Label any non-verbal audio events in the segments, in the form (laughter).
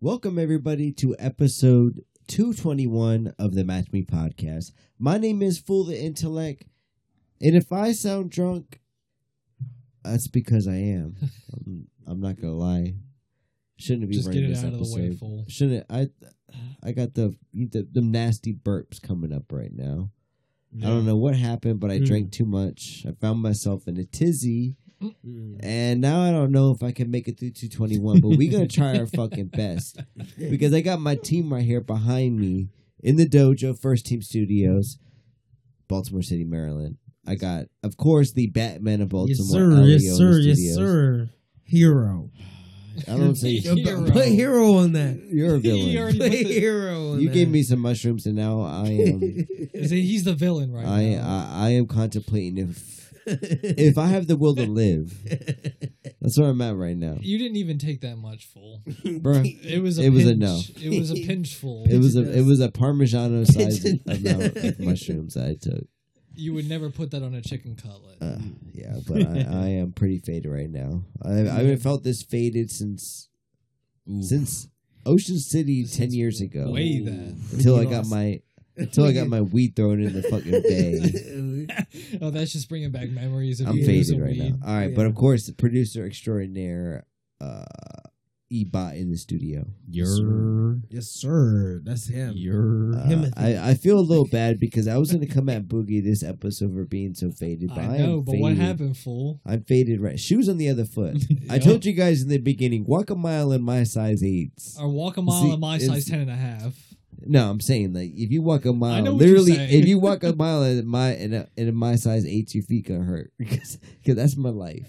Welcome, everybody, to episode 221 of the Match Me podcast. My name is Fool the Intellect, and if I sound drunk, that's because I (laughs) am. I'm, I'm not gonna lie. Shouldn't be Just running get it this out of the episode. way, fool. Shouldn't I? I got the, the the nasty burps coming up right now. I don't know what happened, but I Mm. drank too much. I found myself in a tizzy, Mm. and now I don't know if I can make it through 221. But we're (laughs) gonna try our fucking best because I got my team right here behind me in the dojo, First Team Studios, Baltimore City, Maryland. I got, of course, the Batman of Baltimore. Yes, sir. Ali Yes, Owen sir. Yes, Studios. sir. Hero. I don't say You're (laughs) Hero. Put- Put hero on that. you're a villain. You already Put put the- hero on you that. gave me some mushrooms, and now I (laughs) am. (laughs) Is it- he's the villain right I, now. I I am contemplating if (laughs) if I have the will to live. That's where I'm at right now, (laughs) you didn't even take that much, (laughs) fool. Bruh. It was a It was pinch. enough. It (laughs) was a pinch, fool. It was a it was a (laughs) Parmigiano size Pigeon. amount of mushrooms I took. (laughs) you would never put that on a chicken cutlet. (laughs) Uh, yeah, but (laughs) I, I am pretty faded right now. I I haven't felt this faded since since Ocean City ten years ago. way that. until I got (laughs) my until I got my weed thrown in the (laughs) fucking (laughs) bay. (laughs) oh, that's just bringing back memories of I'm years faded of right now. weed. All right, but Yeah. of course, the producer extraordinaire, uh, Ebot in the studio. Your, Yes, sir. That's him. your. Uh, Him, I I, I feel a little bad because I was going to come at Boogie this episode for being so faded. But I I know, am but what faded. happened, fool? I'm faded right. Shoes on the other foot. I Yep. told you guys in the beginning, walk a mile in my size eights. Or walk (laughs) a mile See, in my it's- size ten and a half. No, I'm saying like if you walk a mile, know what you're literally, saying. if you walk (laughs) a mile in my in, a, in my size eights, your feet gonna hurt (laughs) because that's my life.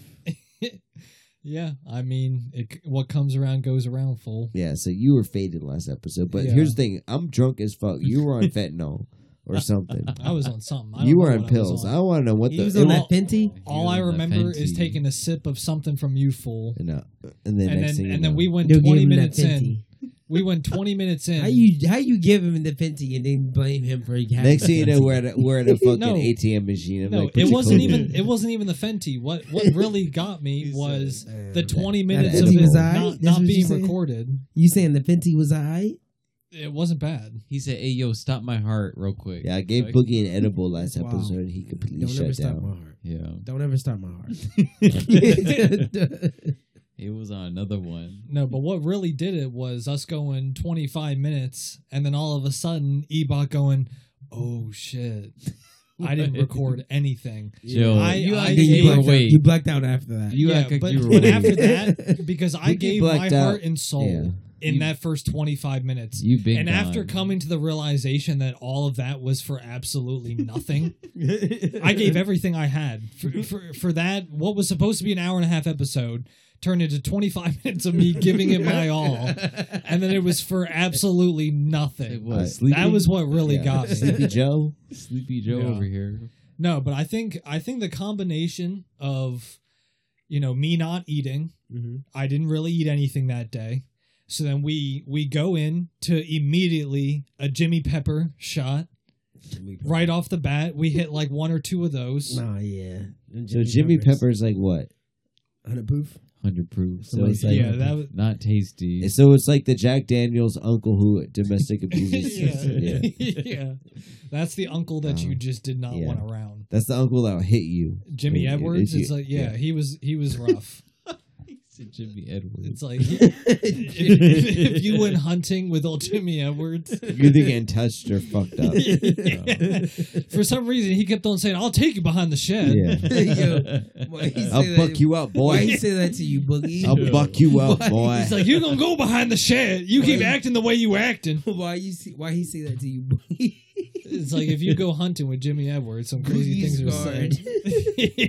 Yeah, I mean, it, c- what comes around goes around, fool. Yeah, so you were faded last episode, but Yeah. here's the thing: I'm drunk as fuck. You (laughs) were on fentanyl or something. I was on something. I (laughs) don't you know were what I on was pills. on. I, want to know what He the was it on wa- (laughs) that Pinty. All I remember is taking a sip of something from you, fool. and, uh, and then And next then, thing you and then know- we went You gave 20 him that minutes in. Pinty. We went 20 minutes in. How you how you give him the Pinty and then blame him for having next (laughs) thing you the know we're at a, we're at a fucking No. ATM machine. I'm no, like, put it your wasn't code even in. it wasn't even the Fenty. What (laughs) what really got me Pinty? was Uh, the 20 that Pinty minutes of it was aight? not, That's not what you being saying? recorded. You saying the Pinty was alright? It wasn't bad. He said, "Hey, yo, stop my heart, real quick." Yeah, I gave Like- Boogie an edible last Wow. episode. and He completely Don't ever shut stop down. my heart. yeah. Don't ever stop my (laughs) heart. (laughs) It was on another one. No, but what really did it was us going 25 minutes and then all of a sudden Ebot going, "Oh shit. I didn't record anything." Jill, I- you I act like gave- you were blacked out- awake. you blacked out after that. You yeah, act like but, you were (laughs) but awake. after that (laughs) because I You gave my blacked out. heart and soul Yeah. in You- that first 25 minutes. you big. and after dog. coming to the realization that all of that was for absolutely nothing, (laughs) I (laughs) gave everything I had for, for for that. What was supposed to be an hour and a half episode turned into 25 minutes of me giving it my (laughs) all, and then it was for absolutely it nothing. was Alright. sleepy, That was what really Yeah. got me. Sleepy Joe. sleepy Joe Yeah. over here. No, but I think I think the combination of you know me not eating Mhm. I didn't really eat anything that day. So then we we go in to immediately a Jimmy Pepper shot. Right off the bat, we hit like one or two of those. (laughs) Nah, yeah. Them So Jimmy Peppers. Pepper's like what? on (laughs) a (laughs) booth. Hundred proof. So Somebody it's said- like yeah, that was not tasty. So it's like the Jack Daniels uncle who domestic abuses. yeah. his- yeah. yeah. That's the uncle that you Um, just did not yeah. want around. That's the uncle that'll hit you. Jimmy Yeah, it Edwards is is like yeah, yeah. he was he was rough. Jimmy Edwards. it's (laughs) like if, if you went hunting with old Jimmy Edwards. You're either getting touched or fucked (laughs) up. For some reason he kept on saying, I'll take you behead the shed. Yeah. I'll buck you up, Why boy. you say that to you, Boogie? I'll buck you up, Why? boy. It's like you're gonna go behind the shed. You keep acting the way you acting. (laughs) Why you see? Why he say that to you, (laughs) Boogie? It's like if you go hunting with Jimmy Edwards, some crazy Boogie's things are said. (laughs)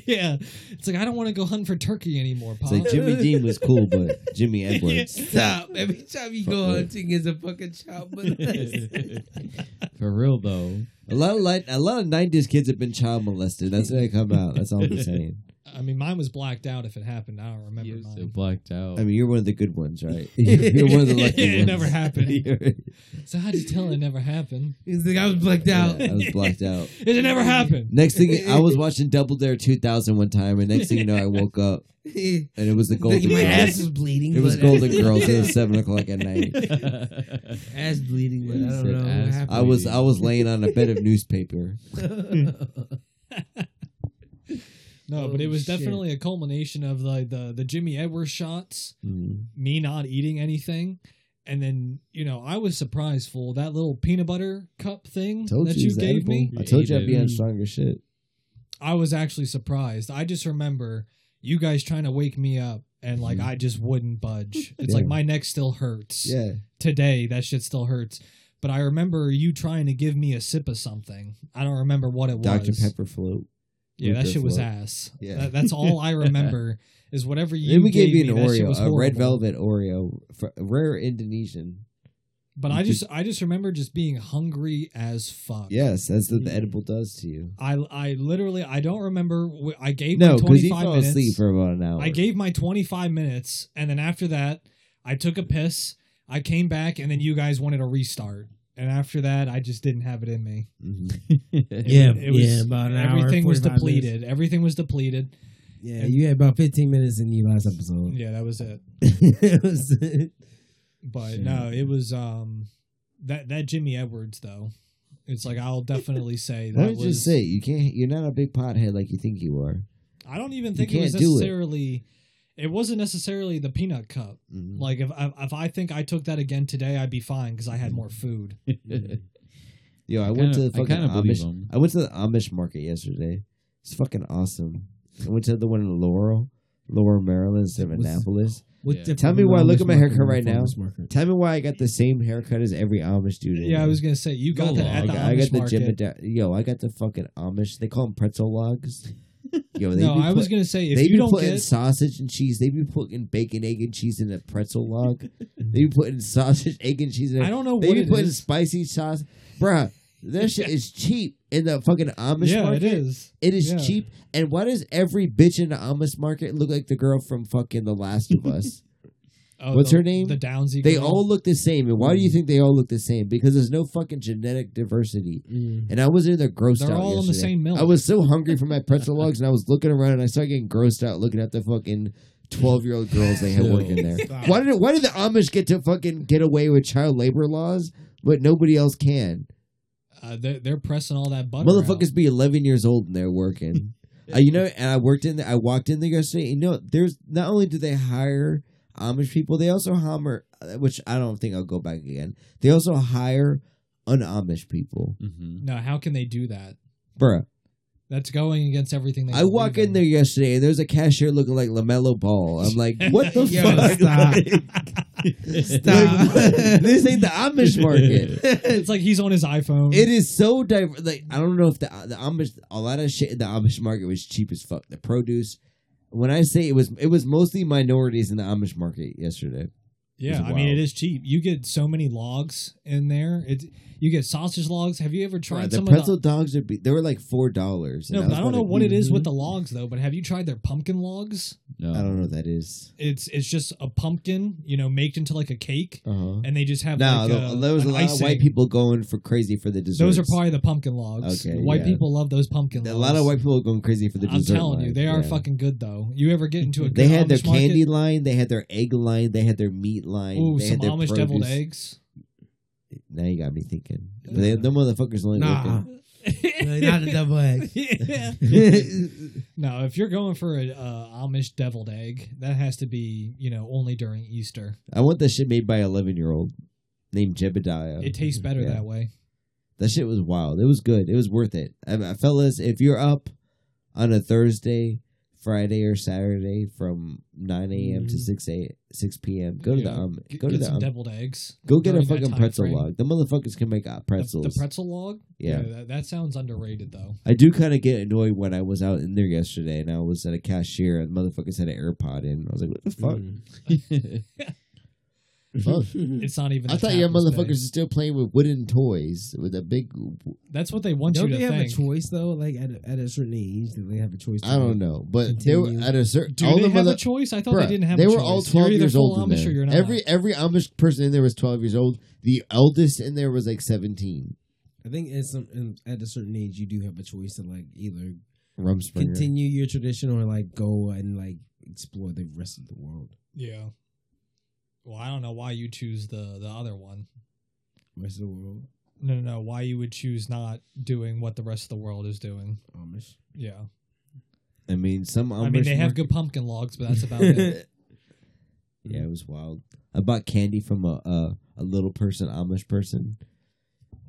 yeah, it's like I don't want to go hunt for turkey anymore, It's Pop. like Jimmy Dean was cool, but (laughs) Jimmy (laughs) Edwards. Stop! Every time you go Fuck with. hunting, is a fucking child molester. (laughs) For real though, A lot of like, a lot of '90s kids have been child molested. That's how they come out. That's all I'm saying. I mean, mine was blacked out. If it happened, I don't remember You're so mine. (laughs) blacked out. (laughs) I mean, you're one of the good ones, right? You're one of the lucky It ones. never (laughs) happened. You're- So how'd you tell it never happened? He's like, I was blacked out. I was (laughs) blacked out. It never happened. Next thing, I was watching Double Dare 2000 one time, and next thing you know, I woke up Like, and it was the Golden my Girls. ass was bleeding. It was but- Golden Girls. (laughs) (laughs) It was seven o'clock at night. ass bleeding. But You I said don't know what ass I was I was laying on a bed of newspaper. happened. No, but it Oh, was shit. definitely a culmination of like the the Jimmy Edwards shots, Mm. me not eating anything, and then you know I was surprised. Fool, that little peanut butter cup thing Told that you, you, it was gave edible. me, I told you I'd be Ate it. on stronger shit. I was actually surprised. I just remember you guys trying to wake me up, and like Mhm. I just wouldn't budge. It's Hmm. Yeah. like my neck still hurts. Yeah, today that shit still hurts but i remember you trying to give me a sip of something i don't remember what it Dr was Pepper float. yeah that Reaper shit was float. ass Yeah. That- that's (laughs) all i remember is whatever you Then we gave gave you me, an that shit was Oreo, a red horrible. velvet Oreo, fr- rare Indonesian. but i just i just remember just being hungry as fuck Yes, that's what the edible does to you. i i literally i don't remember wh- i gave No, my because you 25 fell minutes asleep for about an hour. i gave my 25 minutes and then after that i took a piss i came back and then you guys wanted a restart and after that i just didn't have it in me Mhm. yeah, It was- yeah, about an hour. everything was 45 minutes. depleted everything was depleted Yeah, you had about 15 minutes in your (laughs) last episode. yeah that was it It was- but Shit. no it was um that that jimmy edwards though it's like i'll definitely say Let that me was just say, you can't. You're not a big pothead like you think you are. i don't even think you it was can't do it. necessarily it. wasn't necessarily the peanut cup Mhm. like if I, if I think i took that again today i'd be fine because i had more food Yo, I, I went to kinda- the I fucking kinda believe Amish. him. I went to the Amish market yesterday. It's fucking awesome. I went to the one in Laurel, Laurel, Maryland, instead of What's- Annapolis. What's Yeah. different Tell me about why, look this at my market haircut than right the now. farmer's market? Tell me why I got the same haircut as every Amish dude. in yeah i there. was gonna say you got Go that on. at I the got, I got Amish the market. Jim. Da- yo, I got the fucking Amish. They call them pretzel (laughs) logs. Yo, they no be i was put- gonna say if they you be don't putting get sausage and cheese. They be putting bacon, egg, and cheese in a pretzel log. (laughs) they be putting sausage, egg, and cheese in. i A, don't know they what be it putting is spicy sauce, bruh. That shit is cheap in the fucking Amish yeah market. it is It is Yeah. cheap. And why does every bitch in the Amish market look like the girl from fucking The Last of (laughs) Us? Oh, What's the- her name? the downsy they girl. all look the same. And why Mm. do you think they all look the same? Because there's no fucking genetic diversity. Mm. And I was in there grossed They're out. all in the yesterday. same milk. I was so hungry for my pretzel logs, and I was looking around, and I started getting grossed out looking at the fucking twelve-year-old girls they had Yo, working there. stop. Why did Why did the Amish get to fucking get away with child labor laws, but nobody else can? uh, they're, they're pressing all that butter out. Motherfuckers be eleven years old and they're working. uh, you know, and I worked in there. I walked in there yesterday. You know, there's not only do they hire Amish people, they also hire, which I don't think I'll go back again. They also hire un-Amish people, Mhm. No, how can they do that? bruh. That's going against everything. They I walk believe in there yesterday and there's a cashier looking like Lamelo Ball. I'm (laughs) like, what the Yo, fuck? stop. Like, (laughs) Stop. (laughs) this ain't the Amish market. (laughs) it's like he's on his iPhone. It is so diverse. Like I don't know if the the Amish a lot of shit in the Amish market was cheap as fuck. The produce. When I say it was, it was mostly minorities in the Amish market yesterday. yeah, it's I mean, wild. it is cheap. You get so many logs in there. It you get sausage logs. Have you ever tried Right, Uh, the some pretzel of dogs would be. They were like four dollars. the? No, but I don't know what it is Mm-hmm. with the logs though. But have you tried their pumpkin logs? No. I don't know what that is. It's it's just a pumpkin, you know, made into like a cake, Uh huh. and they just have No, like there- a, there was a an lot of white icing. people going for crazy for the dessert. Those are probably the pumpkin logs. Okay, white yeah. people love those pumpkin. a logs. lot of white people going crazy for the I'm dessert. telling you, line, they are yeah. fucking good though. You ever get into a They good had their Amish market? candy line, they had their egg line, they had their meat line. Ooh, they some had their Amish produce. deviled eggs. Now you got me thinking. But they, them motherfuckers only (laughs) Nah. looking. No, not a double egg. yeah. No, if you're going for a uh, Amish deviled egg, that has to be you know only during Easter. (laughs) I want that shit made by an 11 year old named Jebediah. It tastes better Yeah. that way. that shit was wild. It was good. It was worth it. I mean, fellas, if you're up on a Thursday, Friday, or Saturday from 9 a.m. to Mhm. 6 a 6 p.m., go to the Mm-hmm. Yeah. um, Get, go to get the some um, deviled eggs. go get a during that fucking time pretzel frame. log. The motherfuckers can make out The- pretzels. The, pretzel log. yeah. that, that sounds underrated though. I do kind of get annoyed when I was out in there yesterday and I was at a Mm. cashier and motherfuckers had an AirPod in. I was like, what the fuck? Mm. Fuck. It's not even. I a thought your tapless motherfuckers are bag. still playing with wooden toys with a big. That's what they want Don't you they to have think. a choice though? Like at a, at a certain age, do they have a choice? to I don't vote? know, but they were Continue. at a certain. Do all they the have mother, a choice? I thought they Bruh, didn't have. they a were choice. all You're 12 either years full old. in Amish there. or you're not. Every every Amish person in there was 12 years old. The eldest in there was like 17. I think at some um, at a certain age, you do have a choice to like either Rumspringer. continue your tradition or like go and like explore the rest of the world. yeah. Well, I don't know why you choose the the other one. Rest of the world, No, no, no. Why you would choose not doing what the rest of the world is doing? Amish. Yeah. I mean, some. I mean, Amish they have were- good pumpkin logs, but that's (laughs) about it. (laughs) Yeah, it was wild. I bought candy from a a, a little person, Amish person.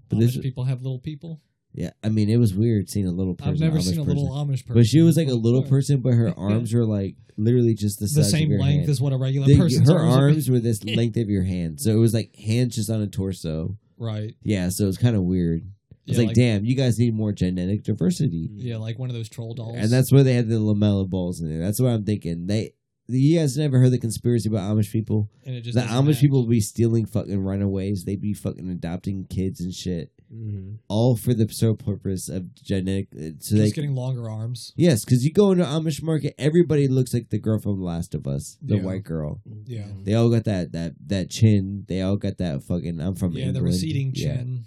But Amish this, people have little people. yeah, I mean, it was weird seeing a little person. I've never Amish seen a person. little Amish person. But she was like a little Sure. person, but (laughs) her arms were like literally just the, the size same of your length hand. as what a regular The- (laughs) person's her would be. arms were this length of your hand, so it was like hands just on a torso. Right. Yeah, so it was kind of weird. It's Yeah, like, damn, you guys need more genetic diversity, Yeah, like one of those troll dolls. and that's where they had the lamella balls in there. That's what I'm thinking. They, you guys never heard the conspiracy about Amish people? and it just the doesn't Amish match. people be stealing fucking runaways. They be fucking adopting kids and shit, Mm-hmm. all for the sole purpose of genetic. uh, So just they, getting longer arms. yes, because you go into Amish market, everybody looks like the girl from Last of Us, the Yeah. white girl. Yeah. They all got that that that chin. They all got that fucking. I'm from Yeah, the England. receding Yeah. chin.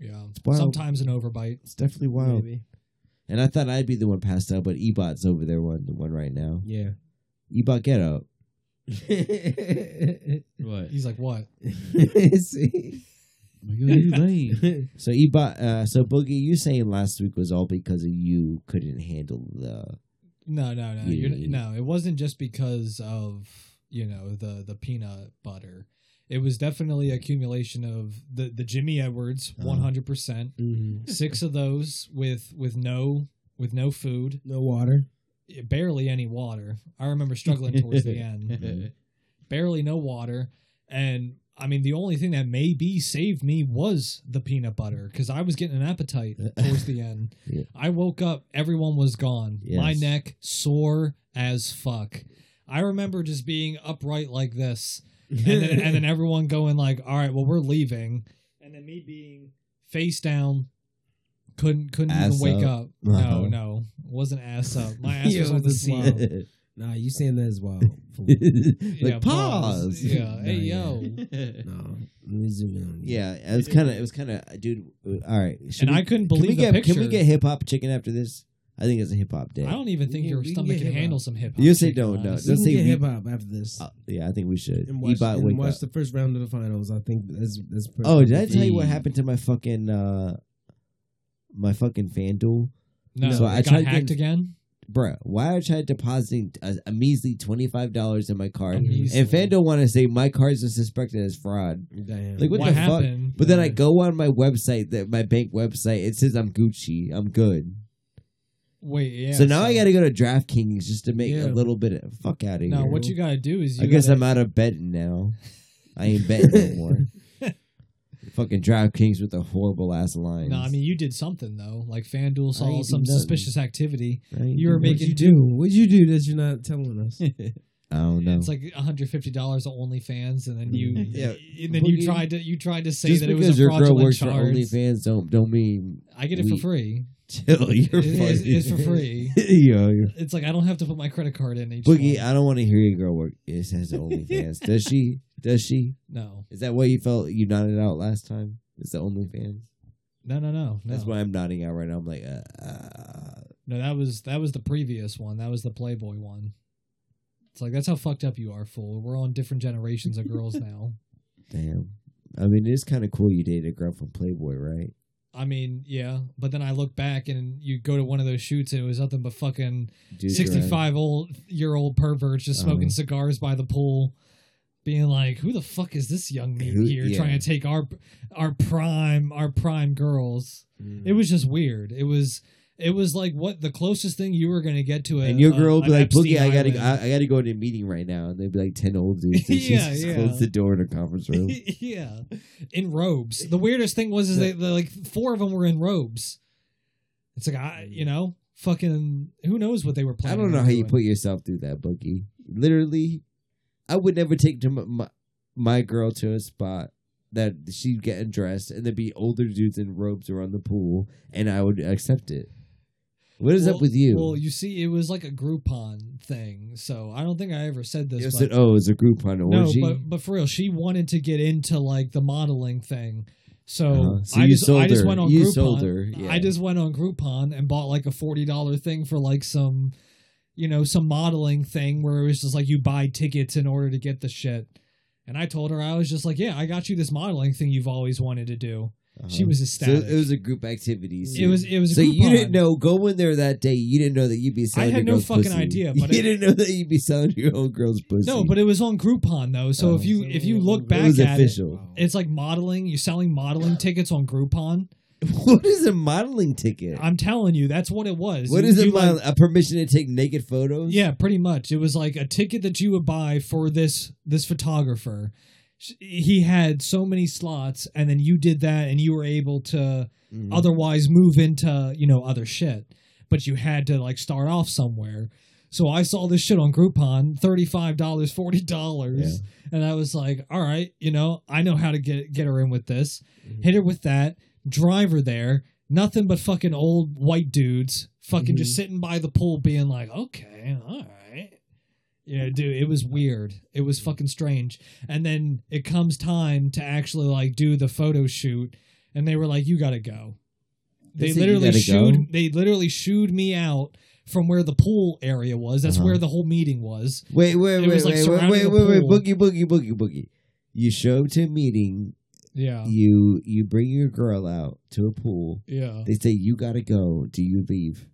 Yeah. wild. Sometimes an overbite. It's definitely wild. (laughs) And I thought I'd be the one passed out, but Ebot's over there one the one right now. Yeah. Ebot, get up. (laughs) What? He's like, what? See? (laughs) (laughs) So Ebot, uh, so Boogie, you saying last week was all because of you couldn't handle the No, no, no. Yeah. You're, no, it wasn't just because of you know the the peanut butter. It was definitely accumulation of the the Jimmy Edwards, Uh-huh. Mm-hmm. one hundred percent. Mhm. Six of those with with no with no food, No water. barely any water. I remember struggling (laughs) towards the end. barely no water and i mean the only thing that maybe saved me was the peanut butter because i was getting an appetite (laughs) towards the end Yeah. i woke up everyone was gone my Yes. neck sore as fuck i remember just being upright like this and (laughs) then, and then everyone going like all right well we're leaving and then me being face down couldn't couldn't Ass even wake up, up. (laughs) no Uh-huh. no wasn't ass up (laughs) my (laughs) ass was Yo, on the this seat wild. (laughs) nah, you saying that as well. fool. like Yeah, pause. (laughs) yeah hey Yeah. yo no. Let me zoom in on you. Yeah, it was kind of. It was kind of, dude. All right, should and we, i couldn't can believe we the get picture can we get hip hop chicken after this? I think it's a hip hop day. I don't even think We- your we can stomach get can hip-hop. handle some hip hop. You say don't, no. We Let's can say get we- hip hop after this. Uh, yeah, I think we should. and watch, Ebot, and wake watch up. the first round of the finals. I think that's that's. pretty- oh, did I tell you what Yeah. happened to my fucking uh my fucking FanDuel, No, So it I got tried hacked getting- again. Bruh, Why I tried depositing a, a measly twenty five dollars in my card, Measly. and FanDuel want to say my cards are suspected as fraud. Damn. Like, what what the fuck? happened? But then I go on my website, that my bank website, it says I'm Gucci, I'm good. Wait, yeah. so now I got to go to DraftKings just to make Yeah. a little bit of fuck out of here. Now what you gotta do is you I guess gotta- I'm out of betting now. I ain't betting anymore. (laughs) Fucking DraftKings with the horrible ass lines. No, I mean you did something though. Like FanDuel I saw ain't some do nothing. suspicious activity. I ain't You were doing What'd making you do? What'd you do that you're not telling us? it. (laughs) I don't know. It's like 150 dollars to OnlyFans, and then you, Yeah. and then you Boogie. tried to you tried to say just that it because was a your girl fraudulent works for charge. OnlyFans, don't don't mean I get it for We- free. chill. You're It- it's, funny. it's for free. (laughs) Yo, you're- It's like I don't have to put my credit card in each. Boogie, one. I don't want to hear your girl work. It says OnlyFans. Does she? Does she? no, Is that why you felt you nodded out last time? It's the OnlyFans. no, no, no. That's no. why I'm nodding out right now. I'm like, uh, uh, No, that was that was the previous one. That was the Playboy one. It's like that's how fucked up you are, fool. We're on different generations of (laughs) girls now. damn. I mean, it's kind of cool you dated a girl from Playboy, right? I mean, yeah, but then I look back and you go to one of those shoots and it was nothing but fucking Dude, sixty-five old year old perverts just smoking Uh-huh. cigars by the pool, being like, "Who the fuck is this young meat Who- here yeah. trying to take our our prime our prime girls?" It was just weird. It was it was like what the closest thing you were gonna get to a And your a- girl will be an like, Boogie, Epstein I gotta, Island." I, I gotta go to a meeting right (laughs) now. And they'd be like ten old dudes. And she Yeah, just yeah. (laughs) closed the door in her conference room. yeah, in robes. The weirdest thing was is they, they like four of them were in robes. It's like I, you know, fucking who knows what they were I planning. don't know on how you doing. put yourself through that, Boogie. Literally, I would never take to my, my my girl to a spot that she'd get dressed and there'd be older dudes in robes around the pool and I would accept it. What is up Well- with you? Well, you see, it was like a Groupon thing, so I don't think I ever said You this. said, but, oh, it's a Groupon no, orgy. but but for real, she wanted to get into like the modeling thing, so, Uh-huh. So I you just I sold just her. went on You Groupon. sold her, yeah. I just went on Groupon and bought like a forty dollar thing for like some, you know, some modeling thing where it was just like you buy tickets in order to get the shit. And I told her I was just like, yeah, I got you this modeling thing you've always wanted to do. She was Uh-huh. So ecstatic. it was a group activity. so- it was it was a so you Groupon. didn't know going there that day. You didn't know that you'd be selling. I had your no girl's fucking pussy. (laughs) idea, You but it- didn't know that you'd be selling your own girl's pussy. No, but it was on Groupon though. So Oh. if you if you look It back was at official. it, it's like modeling. You're selling modeling tickets on Groupon. (laughs) What is a modeling ticket? I'm telling you, that's what it was. What You- is a you, like- model? a permission to take naked photos? Yeah, pretty much. It was like a ticket that you would buy for this this photographer. Sh- He had so many slots, and then you did that, and you were able to Mhm. otherwise move into you know other shit. But you had to like start off somewhere. So I saw this shit on Groupon, thirty five dollars, forty dollars, and I was like, all right, you know, I know how to get get her in with this. Hit her with that. Drive her there nothing but fucking old white dudes fucking just Mm-hmm. sitting by the pool being like, okay, all right. You know, dude, it was weird. It was fucking strange. And then it comes time to actually like do the photo shoot, and they were like, you gotta go. They, They said, "You literally gotta shooed go? they literally shooed me out from where the pool area was. That's Uh-huh. where the whole meeting was. Wait, wait, It wait, was, like, wait, wait, surrounding wait, the wait, wait, pool. boogie, boogie, boogie, boogie. You show up to a meeting. Yeah. You you bring your girl out to a pool. Yeah. They say you gotta go. Do you leave?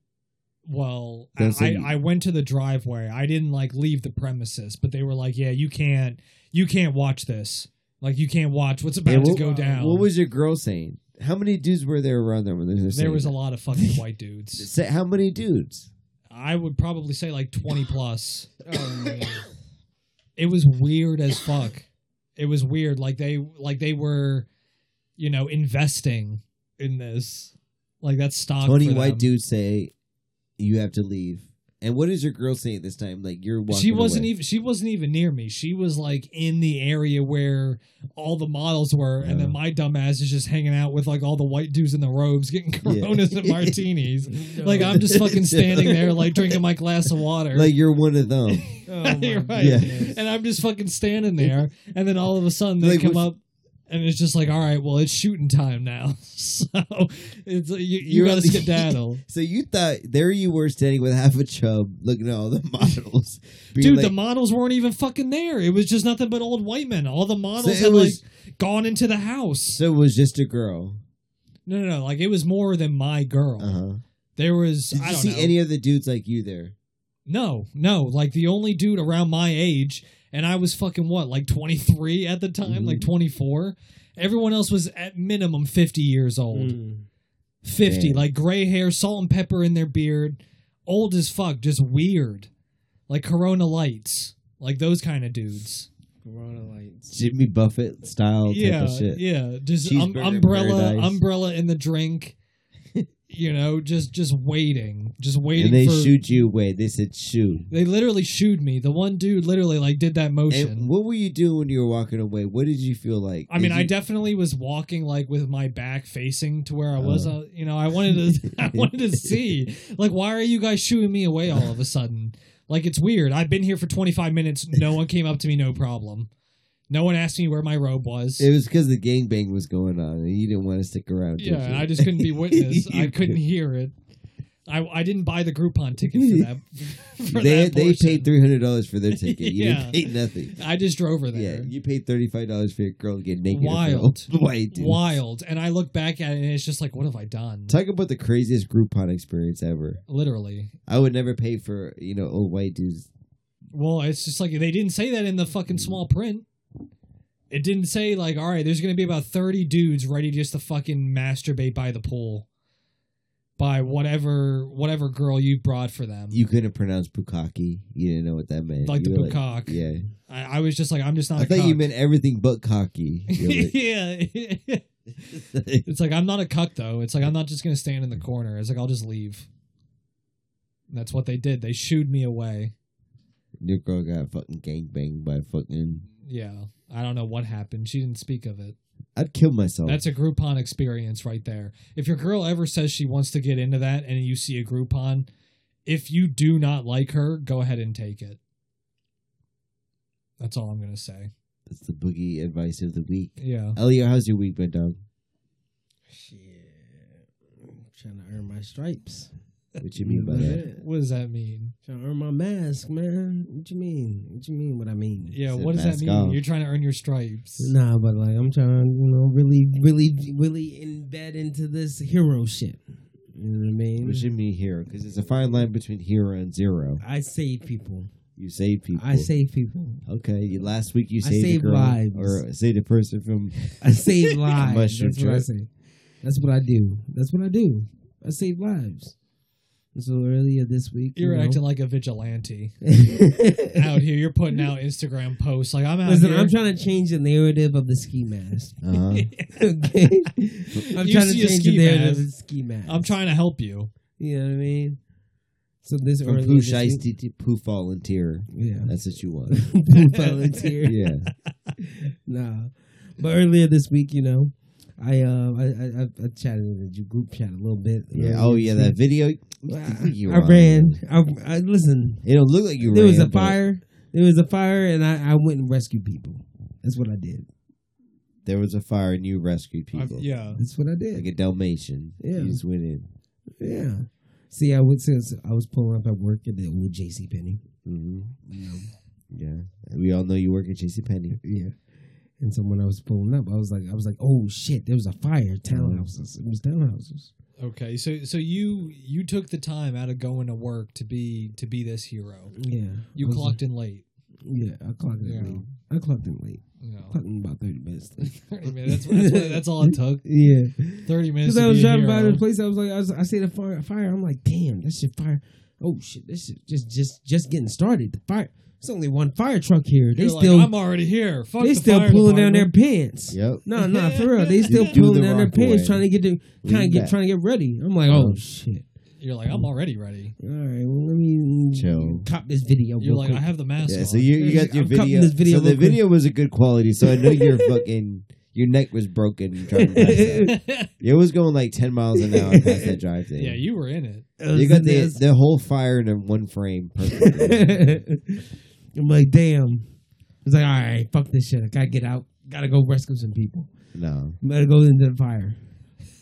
Well, I, That's a- I I went to the driveway. I didn't like leave the premises, but they were like, "Yeah, you can't, you can't watch this. Like, you can't watch what's about And to what- go down." What was your girl saying? How many dudes were there around there when they were there saying was a that? lot (laughs) of fucking white dudes. Say, how many dudes? I would probably say like twenty plus. Oh, man. (coughs) It was weird as fuck. It was weird. Like they like they were, you know, investing in this. Like that's stock. Twenty for white them. dudes say you have to leave. And what is your girl saying this time? Like you're walking. she wasn't away. even she wasn't even near me. She was like in the area where all the models were, and Yeah. then my dumbass is just hanging out with like all the white dudes in the robes getting (laughs) Coronas and (laughs) martinis. Like I'm just fucking standing there like drinking my glass of water. Like you're one of them. Oh, my You're (laughs) right. goodness. and I'm just fucking standing there, and then all of a sudden they Like, come what's- up, and it's just like, all right, well it's shooting time now, (laughs) so it's uh, you, you You're gotta on the- (laughs) skedaddle. So you thought there you were standing with half a chub, looking at all the (laughs) models. being Dude, like- the models weren't even fucking there. It was just nothing but old white men. All the models it had was- like gone into the house. so it was just a girl. No, no, no. Like it was more than my girl. Uh huh. There was Did I you don't see know. any of the dudes like you there? no, no. Like the only dude around my age, and I was fucking what, like twenty three at the time, Mm-hmm. like twenty four. Everyone else was at minimum fifty years old. Mm. 50 Damn. like gray hair salt and pepper in their beard old as fuck just weird like corona lights like those kind of dudes Corona lights. Jimmy Buffett style yeah type of shit. yeah just um, Cheeseburger in umbrella paradise. umbrella in the drink you know just just waiting just waiting And they for shoot you away. They said shoot. they literally shooed me the one dude literally like did that motion And what were you doing when you were walking away? What did you feel like? I mean, Did I you- definitely was walking like with my back facing to where I was. Uh, you know, I wanted to, (laughs) I (laughs) wanted to see. Like, why are you guys shooing me away all of a sudden? Like, it's weird. I've been here for 25 minutes. No one came up to me. No problem. No one asked me where my robe was. It was because the gangbang was going on, and you didn't want to stick around. did you? yeah, I just (laughs) couldn't be witness. I couldn't hear it. I, I didn't buy the Groupon ticket for (laughs) that. For they that they portion. paid three hundred dollars for their ticket. You (laughs) Yeah. didn't pay nothing. I just drove her Yeah, there. you paid thirty five dollars for your girl to get naked. in Wild. front of all white dudes. Wild. And I look back at it and it's just like, what have I done? Talk about the craziest Groupon experience ever. Literally. I would never pay for you know old white dudes. Well, it's just like they didn't say that in the fucking small print. It didn't say like, all right, there's gonna be about thirty dudes ready just to fucking masturbate by the pool, by whatever whatever girl you brought for them, You couldn't pronounce bukkake. You didn't know what that meant. like the You were bukkak. yeah, I, I was just like, I'm just not. I a thought cuck. you (laughs) meant everything but (laughs) cocky. You yeah. were like- (laughs) it's like I'm not a cuck though. It's like I'm not just gonna stand in the corner. It's like I'll just leave. And that's what they did. They shooed me away. Your girl got fucking gangbanged by fucking Yeah. I don't know what happened. She didn't speak of it. I'd kill myself. That's a Groupon experience right there. If your girl ever says she wants to get into that and you see a Groupon, if you do not like her, go ahead and take it. That's all I'm going to say. That's the boogie advice of the week. Yeah. Elio, how's your week been, dog? Shit. I'm trying to earn my stripes. What you mean by Yeah. that? What does that mean? Trying to earn my mask, man. What you mean? What you mean what I mean? Yeah, Said what does that mask mean? off. You're trying to earn your stripes. Nah, but like I'm trying to, you know, really, really, really embed into this hero shit. You know what I mean? What you mean hero? Because there's a fine line between hero and zero. I save people. You save people. I save people. Okay, you, last week you I saved a save girl lives. or saved a person (laughs) from I save lives. (laughs) Mushroom That's what I trip. say. That's what I do. That's what I do. I save lives. And So earlier this week, you You're know- (laughs) acting like a vigilante out here. You're putting (laughs) out Instagram posts like I'm out Listen, here. I'm trying to change the narrative of the ski mask. (laughs) uh okay, (laughs) I'm You trying to see a change ski the narrative mask. of the ski mask. I'm trying to help you. You know what I mean? So this from earlier poo this shiesty week- to poo volunteer. yeah, (laughs) (laughs) That's what you want. Poo volunteer. (laughs) yeah. Nah, but earlier this week, you know, I uh, I, I I- I chatted in the group chat a little bit. Yeah. Oh yeah, that video. You I are. ran. I, I listen. It don't look like you there ran. was a but fire. There was a fire, and I, I went and rescued people. That's what I did. There was a fire and you rescued I've- people. yeah. That's what I Like did. a Dalmatian. Yeah. You just went in. Yeah. See, I went since I was pulling up at work at the old J.C. Penney. hmm Yeah. We all know you work at JCPenney. Yeah. And so when I was pulling up, I was like, I was like, oh shit, there was a fire. Townhouses. It was townhouses. Okay. So so you you took the time out of going to work to be to be this hero. Yeah. You I was clocked in late. like- yeah, I clocked in Yeah. late. I clocked in late. You know. Clocked in about thirty minutes. (laughs) late. 30 minutes. That's, that's, that's all it took. yeah. 30 minutes. Because To I be was a driving by hero. the place, I was like, I, was, I see the fire, fire. I'm like, damn, that shit fire. Oh shit, this shit just just just getting started. The fire. It's only one fire truck here. They You're still like, I'm already here. Fuck they the still fire pulling down their department." pants. Yep. No, no, for (laughs) real. They still do pulling the down their rock pants, away. trying to get the kind Lean of get back. trying to get ready. I'm like, Oh. oh shit. You're like, I'm already ready. All right, well let me Chill. cop this video. You're real like, quick. I have the mask Yeah, on. so you you got your I'm cutting video. this video So the real quick. video was a good quality. So I know (laughs) your fucking your neck was broken. Driving past that. It was going like ten miles an hour past that drive thing. (laughs) yeah, you were in it. I was you got in the this- the whole fire in one frame. Perfectly. (laughs) I'm like, damn. It's like, all right, fuck this shit. I gotta get out. Gotta go rescue some people. no, Better go into the fire.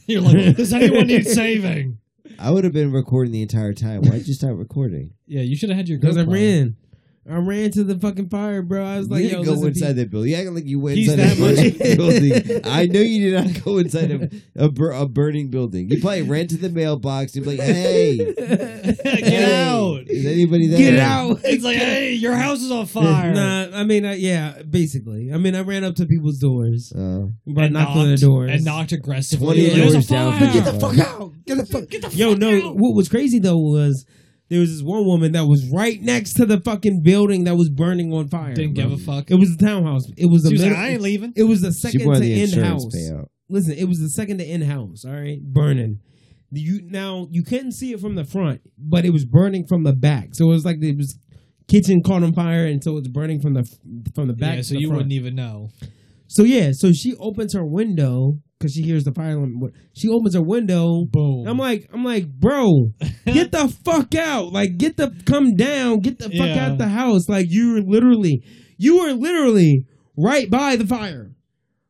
You're like, does anyone (laughs) need saving? I would have been recording the entire time. Why'd you stop recording? Yeah, you should have had your Because I GoPro. ran. I ran to the fucking fire, bro. (laughs) I was like, you didn't yo, go listen, inside that building. You acting like you went He's inside that that much- (laughs) building. I know you did not go inside a, a, bur- a burning building. You probably ran to the mailbox and be like, "Hey, Get hey, out. Is anybody there? (laughs) (laughs) Get out. It's like, (laughs) hey, your house is on fire. Nah, I mean, I, yeah, basically. I mean, I ran up to people's doors, Uh, but and knocked knocked on their doors. And knocked aggressively. 20 Like, "There's a doors down fire!" from Get the fuck out! Get the fuck! Yo, no. out. What was crazy though was there was this one woman that was right next to the fucking building that was burning on fire. Didn't bro. give a fuck. It was the townhouse. It was the She was like, middle. I ain't leaving. it was the she second wanted to the in insurance house. payout. Listen, it was the second to in house. All right, burning. You now you couldn't see it from the front, but it was burning from the back. So it was like it was kitchen caught on fire, and so it's burning from the from the yeah, back. to so the you front. wouldn't e- even know. So yeah, so she opens her window because she hears the fire alarm. She opens her window. Boom. I'm like, I'm like, (laughs) bro, get the fuck out! Like, get the come down, get the fuck Yeah. out the house! Like, you were literally, you were literally right by the fire.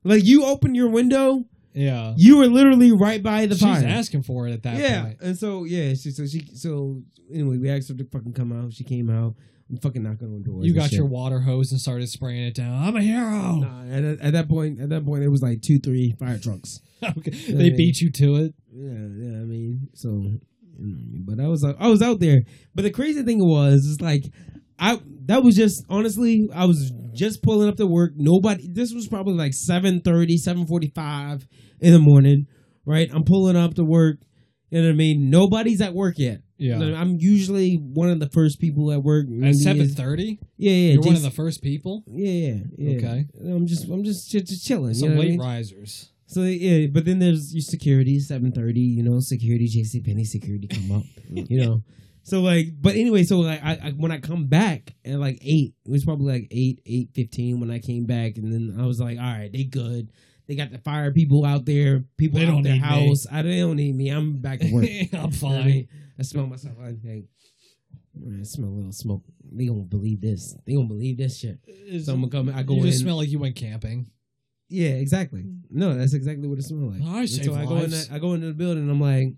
Like, you open your window, yeah. you were literally right by the She's fire. asking for it at that yeah, point. and so yeah, she, so she, so anyway, we asked her to fucking come out. She came out. I'm fucking knocking on doors. You and got shit. your water hose and started spraying it down. I'm a hero. Nah, at, that- at that point, at that point, it was like two, three fire trucks. (laughs) Okay. They beat you to it. Yeah, yeah. I mean, so, you know, but I was I was out there. But the crazy thing was, it's like I that was just honestly, I was just pulling up to work. Nobody. This was probably like 7.30, 7.45 in the morning, right? I'm pulling up to work. You know what I mean? Nobody's at work yet. Yeah. I'm usually one of the first people at work. At seven thirty, Yeah, yeah. you're one of just- the first people. yeah, yeah, yeah. Okay. I'm just, I'm just, just, just chilling. Some you know what I late mean? risers. So yeah, (laughs) but then there's your security, seven thirty, you know, security, JC Penny security come up, you know. So like, but anyway, so like, I, I when I come back at like eight, it was probably like eight, eight fifteen when I came back, and then I was like, all right, they good. They got the fire people out there, people They out don't their need me. house. I they don't need me. I'm back at (laughs) work. I'm You know what I fine. mean? I smell myself. I like, "Man, I smell a little smoke. They gonna believe this. They gonna believe this shit. So I'm gonna come. I go you in. just smell like you went camping. yeah, exactly. No, that's exactly what it smells like. I And saved so I go in. lives. I go into the building. and I'm like.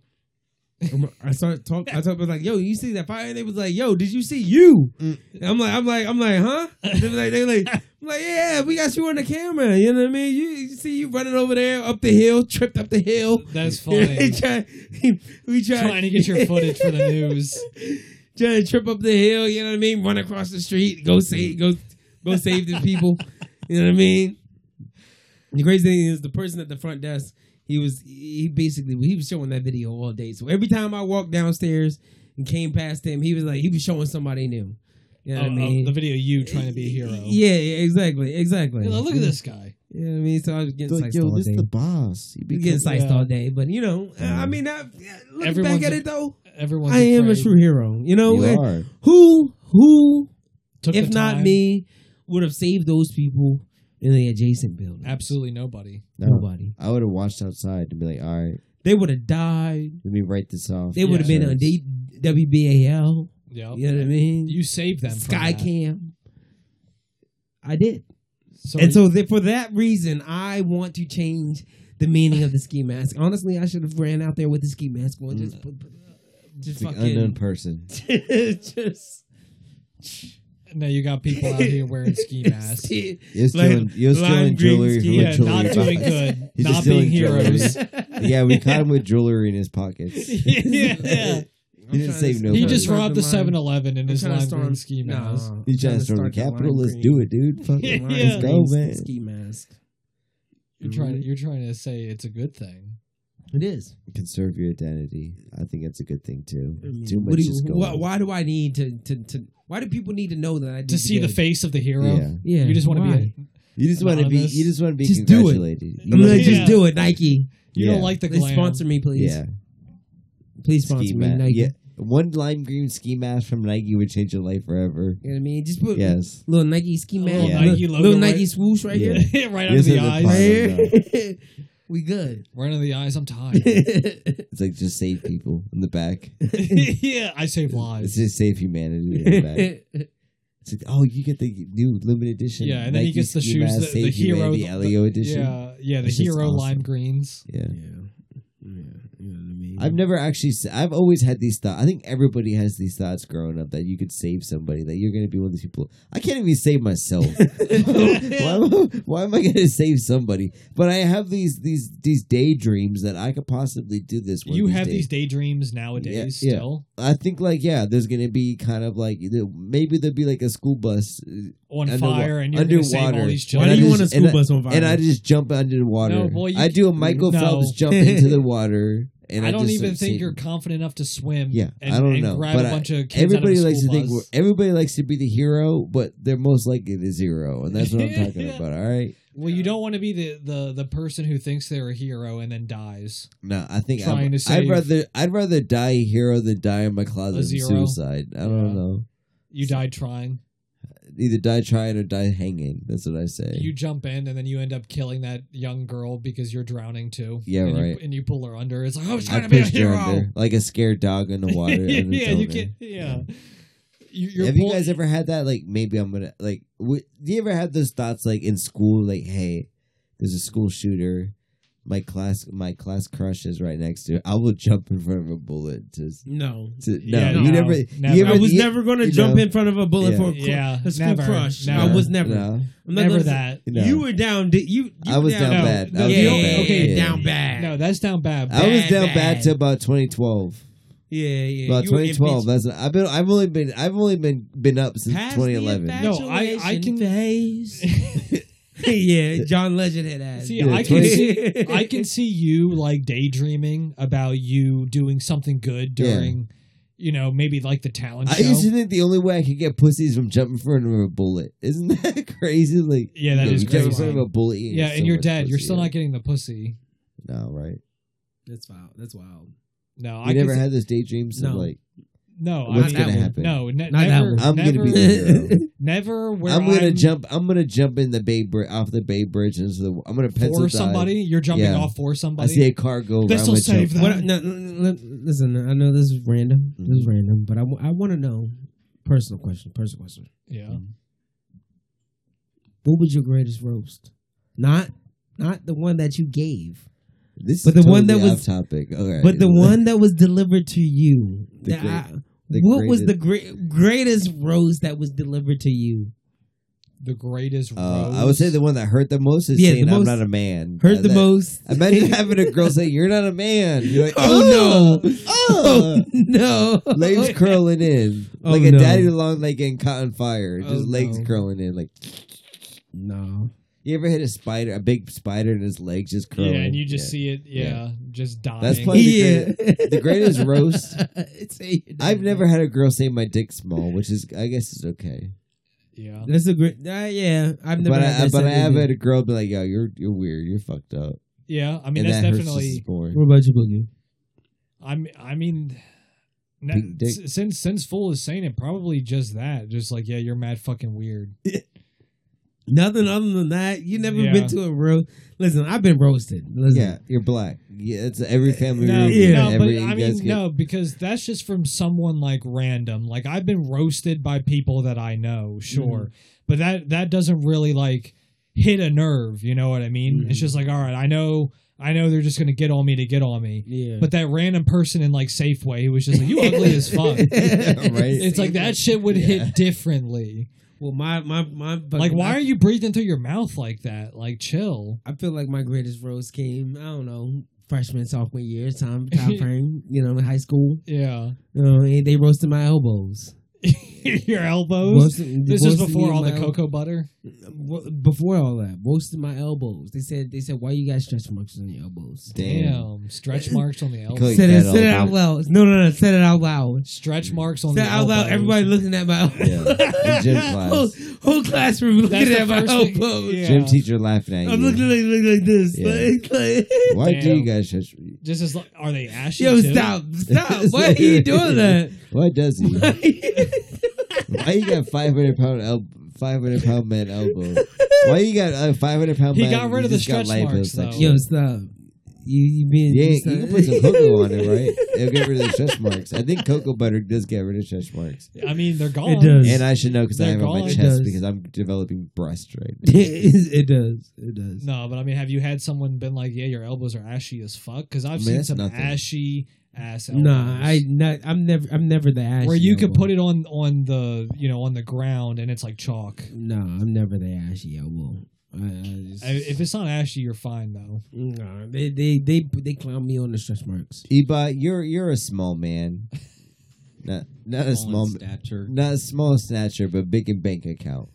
I'm- I start talk. I talk about like, "Yo, you see that fire?" And they was like, "Yo, did you see you?" Mm. And I'm like, "I'm like, I'm like, huh?" They like, they like, (laughs) I'm like, "Yeah, we got you on the camera." You know what I mean? You, you see you running over there up the hill, tripped up the hill. (laughs) That's They funny. try, we (laughs) try Trying to get your footage for the (laughs) news. trying to trip up the hill. You know what I mean? Run across the street, go save, go, go save the people. you know what I mean? The crazy thing is the person at the front desk. He was he basically he was showing that video all day. So every time I walked downstairs and came past him, he was like he was showing somebody new. You know Oh, what I oh, mean? the video of you trying to be a hero. Yeah, yeah, exactly, exactly. You know, look at this guy. You know what I mean? So I was getting Like, like, yo, all this day. is the boss. You We getting become- sliced Yeah. Mm. all day, but you know, I mean, I, looking Everyone's back at a- it though, Everyone's I am a afraid. true hero. You know, You And are. who who Took if the not time. me, would have saved those people in the adjacent building. absolutely nobody. No. Nobody. I would have watched outside and be like, all right, They would have died. let me write this off. They would have Yeah. been on D- WBAL. Yep. You know what I mean? You saved them. from that. Skycam. I did. So and so th- for that reason, I want to change the meaning of the ski mask. Honestly, I should have ran out there with the ski mask on. Just, put, put- just It's an unknown (laughs) fucking. person. just now you got people out here wearing (laughs) ski masks. See, You're Lime- stealing, you're lime stealing green jewelry from skin. Yeah, a jewelry not doing box. (laughs) good. He's not just being doing jewelry. heroes. (laughs) Yeah, we caught him with jewelry in his pockets. yeah, (laughs) yeah. (laughs) I'm He didn't trying to save start nobody. He Okay. just the robbed the line. 7 Eleven in I'm his trying to lime start- green ski Nah, mask. I'm He's trying to storm the start the Capitol. lime Let's green- do it, dude. Fuck it. Yeah. (laughs) lime Let's go, green man. Ski mask. You're Mm-hmm. trying. You're trying to say it's a good thing. It is. Conserve your identity. I think that's a good thing, too. I mean, Too what much do you- is going why, why do I need to, to, to? Why do people need to know that I did To see the good? face of the hero. Yeah. Yeah, You just want to why? be. A, You just want to be. Anonymous. You just want to be Just do it. congratulated. You I'm gonna wanna- Yeah. just do it, Nike. you Yeah. don't like the Please glam. (laughs) sponsor me, please. Yeah, Please sponsor ski me, mask. Nike. Yeah, one lime green ski mask from Nike would change your life forever. You know what I mean? Just put Yes, little Nike ski A mask, little little, Oh, Nike logo little right- Nike swoosh right Yeah. here. right under Yes, the under the eyes. pot. Right here. (laughs) we good. Right under the eyes. (laughs) I'm tired. yeah, it's like just save people in the (laughs) back. yeah, I save It's lives. just save (laughs) humanity in the (laughs) back. It's like, oh, you get the new limited edition. Yeah, and then he Nike gets the ski shoes mask, that- the save hero- humanity, the- Elio edition. Yeah. Yeah, yeah. The That's just hero awesome. lime greens. you know what I mean. Mm-hmm. I've never actually. s- I've always had these thoughts. I think everybody has these thoughts growing up that you could save somebody. That you're going to be one of these people. I can't even save (laughs) myself. why, am I, why am I going to save somebody? But I have these these these daydreams that I could possibly do this. One You of have days. these daydreams nowadays Yeah, yeah. still I think like yeah, there's going to be kind of like maybe there'll be like a school bus, uh, on Underwa- fire, and you're going to save all underwater. these Why And I do children. just- you want a and school I- bus on fire? and I just jump under the water. No, boy, you- I do a Michael No. Phelps jump into the water, and I don't just even start think saving you're confident enough to swim. Yeah, and, I don't and know, Grab but a I- bunch of kids Everybody out of a likes to school think bus. we're, everybody likes to be the hero, but they're most likely the zero, and that's what (laughs) I'm talking Yeah. about. All right, Well, you don't want to be the, the the person who thinks they're a hero and then dies. no, I think Trying I'm, to save I'd rather I'd rather die a hero than die in my closet A of zero. suicide. I don't Yeah. know, You die trying. either die trying or die hanging. That's what I say. You jump in and then you end up killing that young girl because you're drowning too. Yeah, and right. You, and you pull her under. It's like I was I trying to be a pushed her hero. under, like a scared dog in the (laughs) water. yeah, under its you owner. can. Yeah. You, you're Have you pull- e guys ever had that? Like, maybe I'm gonna like. W- do you ever have those thoughts like in school? Like, hey, there's a school shooter. My class, my class crush is right next to. It. I will jump in front of a bullet to. no. to no, Yeah, you no, never. never. You I ever, was you- never going to you jump know. in front of a bullet Yeah. for a, cru- Yeah, a school never, crush. never. I was never. No, I'm not Never gonna say- that. no. You were down. Did you, you I were was down No, bad. no, I was yeah, down bad. okay, yeah. down bad. No, that's down bad. I was bad, down bad, bad. to about 2012. yeah, yeah. About you were in 2012. bitch- That's I've been. I've only been. I've only been been up since Past 2011. the No, I- I infatuation can- (laughs) phase. (laughs) yeah, John Legend had ass. See, Yeah, I can 20 see, I can see you like daydreaming about you doing something good Yeah. during, you know, maybe like the talent I show. used to think the only way I could get pussy is from jumping in front of a bullet. Isn't that (laughs) crazy? Like, Yeah, that you is jump in crazy. front of a bullet. you yeah, get and so you're much dead. you're pussy, still yeah. not getting the pussy. No, right? (laughs) That's wild. That's wild. No, You I never can see- had those daydreams (laughs) No. of like, No, What's gonna I, that one. happen? No, ne- Not that never. one. I'm never, (laughs) gonna be (laughs) the hero. never where I'm gonna I'm jump. I'm gonna jump in the Bay Bridge off the Bay Bridge into the. I'm gonna pencil for dive. somebody. You're jumping Yeah. off for I see somebody. a car go. This'll around, I'm save gonna jump. What? No, no, no, no, listen, I know this is random. This Mm-hmm. is random, but I, want to know personal question. Personal question. Yeah. What was your greatest roast? Not, not the one that you gave, This But is the one that totally was- off topic. All right. but the one that was delivered to you. The That great- I- the what was the greatest- great, greatest roast that was delivered to you? The greatest. Uh, rose. I would say the one that hurt the most is Yeah, the saying most- I'm not a man. Heard Uh, the that- most. (laughs) Imagine having a girl say you're not a man. You're like, Oh, no. oh, (laughs) Oh, no. legs (laughs) curling in Oh, like a no. daddy long leg getting caught on fire. Just Oh, legs no. curling in. Like No. you ever hit a spider, a big spider, and his legs just Yeah, curling. and you just Yeah. see it. Yeah, just dying. That's probably- Yeah. the the greatest (laughs) roast- It's a- I've never had a girl say my dick's small, which is I guess is okay. yeah. That's a great. Uh, yeah, I've never. but had I, that but I said have either. had a girl be like, "Yo, you're you're weird. You're fucked up." Yeah. I mean, and that's that hurts just as definitely. boring. What about you, Boogie? I'm. I mean. na- Big dick. s- since since fool is saying it, probably just that, just like yeah, you're mad fucking weird. Nothing other than that. You never Yeah. been to a roast. Listen, I've been roasted. Listen, Yeah, you're black. Yeah, it's every family Uh, No, reunion. no, every, but you I guys mean get- no, because that's just from someone like random. Like I've been roasted by people that I Mm-hmm. know, sure, but that that doesn't really like hit a nerve. You know what I mean? It's Mm-hmm. just like all right, I know, I know they're just gonna get on me to get on me. yeah. But that random person in like Safeway who was just like, "You ugly as (laughs) (laughs) fuck." Right? It's like that shit would hit differently. Well, my my my. fucking- Like, why I- are you breathing through your mouth like that? Like, chill. I feel like my greatest roast came. I don't know. Freshman, sophomore year, (laughs) time, time frame, you know, in high school. Yeah, You know, and they roasted my elbows. (laughs) your elbows. Roasted- This is roasted me before in all my the el- cocoa butter. Ro- Before all that, roasted my elbows. They said, they said, why you got stretch marks on your elbows? Damn. Damn, (laughs) stretch marks on the elbow. Because- Like said it, that said it elbow. out loud. No, no, no. Said it out loud. Stretch marks on uh, Said the it out loud. elbow. Everybody looking at my elbow. Yeah. In gym (laughs) whole, class. whole classroom looking That's the at my first thing- elbows. yeah. Gym teacher laughing at you. I'm looking like, looking like this. Yeah. Like, like, (laughs) Why do Damn. you guys? Just, Just as like, are they ashy? yo, too? stop, (laughs) stop. Why are you doing that? why does (laughs) he? Why you got five hundred pound elbow? Five hundred pound man elbow. Why you got a five hundred pound? He man, got rid you of the just got stretch marks, liposuction? though. (laughs) Yo, stop. You, you being Yeah, you you stop. can (laughs) put some cocoa on it, right? It'll get rid of the stretch marks. I think cocoa butter does get rid of stretch marks. I mean, they're gone. does. And I should know because I They're have it on my gone. chest It does. because I'm developing breast (laughs) right now. it does. It does. No, but I mean, have you had someone been like, "Yeah, your elbows are ashy as fuck"? Because mean, I've seen that's some nothing. ashy ass elbows. Nah, I not. I'm never. I'm never the ashy. where you could elbow. put it on on the you know on the ground and it's like chalk. No, I'm never the ashy elbow. I, I just, I- If it's not ashy, you're fine though. Nah, they they they they clown me on the stretch marks. Eba, you're you're a small man. Not not a small stature. not a small snatcher, but big in bank account.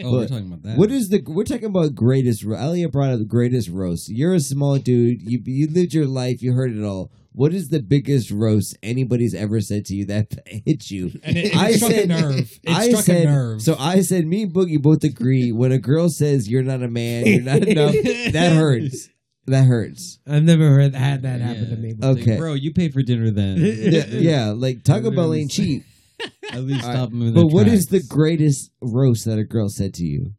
Oh, we're Look, talking Uh, about that. What is the we're talking about greatest ro- Elia brought up greatest roast. You're a small dude. You you lived your life. You heard it all. What is the biggest roast anybody's ever said to you that (laughs) hit you? And it, it I struck said- a nerve. It I struck said, a nerve. So I said, me and Boogie both agree. When a girl says you're not a man, you're (laughs) not enough, that hurts. That hurts. I've never heard had that happen Yeah. to me. before. Okay. Like, bro, you pay for (laughs) dinner then. Yeah, yeah, like Taco Bell ain't cheap. At least All right. stop them in But their what is the tracks. greatest roast that a girl said to you?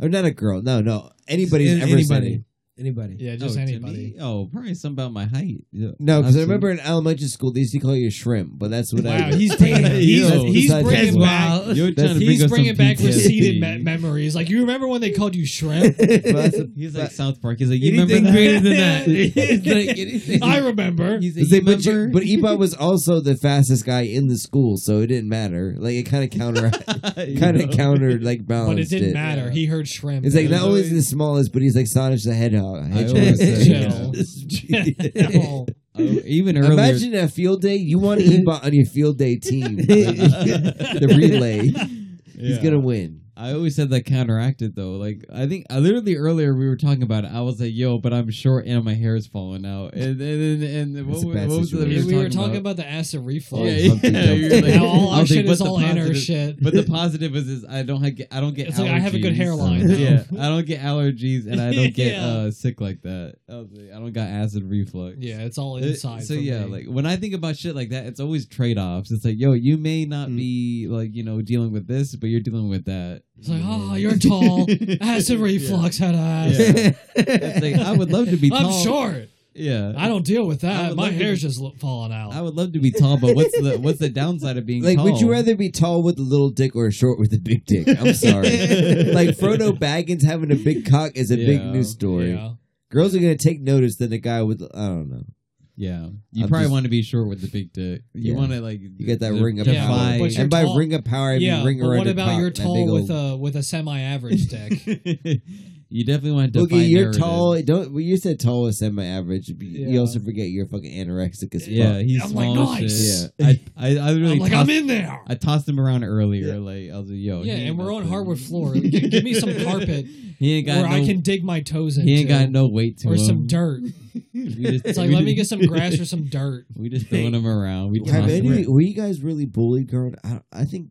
Or not a girl? No, no. Anybody's An- ever said anybody, it. anybody. yeah, just oh, to me? anybody. Oh, probably something about my height. Yeah. No, because I Absolutely. remember in elementary school they used to call you shrimp, but that's what I. Wow, he's (laughs) bringing Damn. he's, Yo, he's besides That's bringing that. back wild. You're trying to bring he's us bringing some back PTSD. receded me- memories. Like you remember when they called you shrimp? (laughs) but that's a- He's but- (laughs) like South Park. He's like, you anything remember greater that? than that. (laughs) It's like anything. I remember. He's It's like, like, you but, you, remember? (laughs) but Eba was also the fastest guy in the school, so it didn't matter. Like it kind of counter, (laughs) You kind (laughs) know? of countered, like balanced. but it didn't matter. yeah. He heard shrimp. It's like Yeah, not so only is it- he the smallest, but he's like Sonic the Hedgehog. always Hedgehog. say, (laughs) Yeah. (laughs) (laughs) Oh, Oh, even earlier. Imagine a field day. You (laughs) want Eba on your field day team, like, the relay. Yeah. (laughs) He's gonna win. I always said that counteracted though. Like I think I literally earlier we were talking about it. I was like, "Yo," but I'm short and my hair is falling out. And and and, and It's what, a was- bad what was the situation. we were talking about? about the acid reflux. Yeah, Oh, Humpty yeah, you're Dumpty. like- now all I our was like, shit but is the all inner positive- shit. But the positive is, is I don't get I don't get. It's allergies. like, I have a good hairline (laughs) now. yeah, I don't get allergies and (laughs) I don't get Yeah. uh, sick like that. I, was like, I don't got acid reflux. yeah, it's all It- inside. Uh, so for yeah, me. like when I think about shit like that, it's always trade offs. It's like, yo, you may not Mm. be like you know dealing with this, but you're dealing with that. it's like, oh, you're tall. Acid reflux had ass. Yeah. It's like, I would love to (laughs) be. I'm tall. short. Yeah, I don't deal with I that. would My love to hair's be- just lo- falling out. I would love to be tall, but what's the what's the downside of being Like, tall? would you rather be tall with a little dick or short with a big dick? I'm sorry. (laughs) (laughs) like Frodo Baggins having a big cock is a big Yeah. news story. Yeah. Girls are gonna take notice than a guy with I don't know. Yeah, you I'm probably just- want to be short with the big dick. You Yeah. want to like You get that the- ring of Yeah, power, defy- but you're and by tall- ring of power, I mean yeah, ring but around what a about cock, you're that big tall with old- a with a (laughs) semi-average dick? you definitely want to. defy Boogie, you're narrative. tall. Don't well, you said tall is semi-average. but you- Yeah. You also forget you're fucking anorexic as fuck. Yeah, he's I'm like, small. as nice. shit. Yeah, I, I, I literally I'm like, tossed, I'm in there. I tossed him around earlier. Like I was like, yo, yeah, he ain't and we're on nothing. (laughs) hardwood floor. G- Give me some carpet He ain't got where no. I can dig my toes into. he (laughs) ain't got no weight to or him. some dirt. We just- It's like we let me just- get some grass or some dirt. We just (laughs) throwing him around. We Have tossed him any, around. were you guys really bullied growing? I, I think.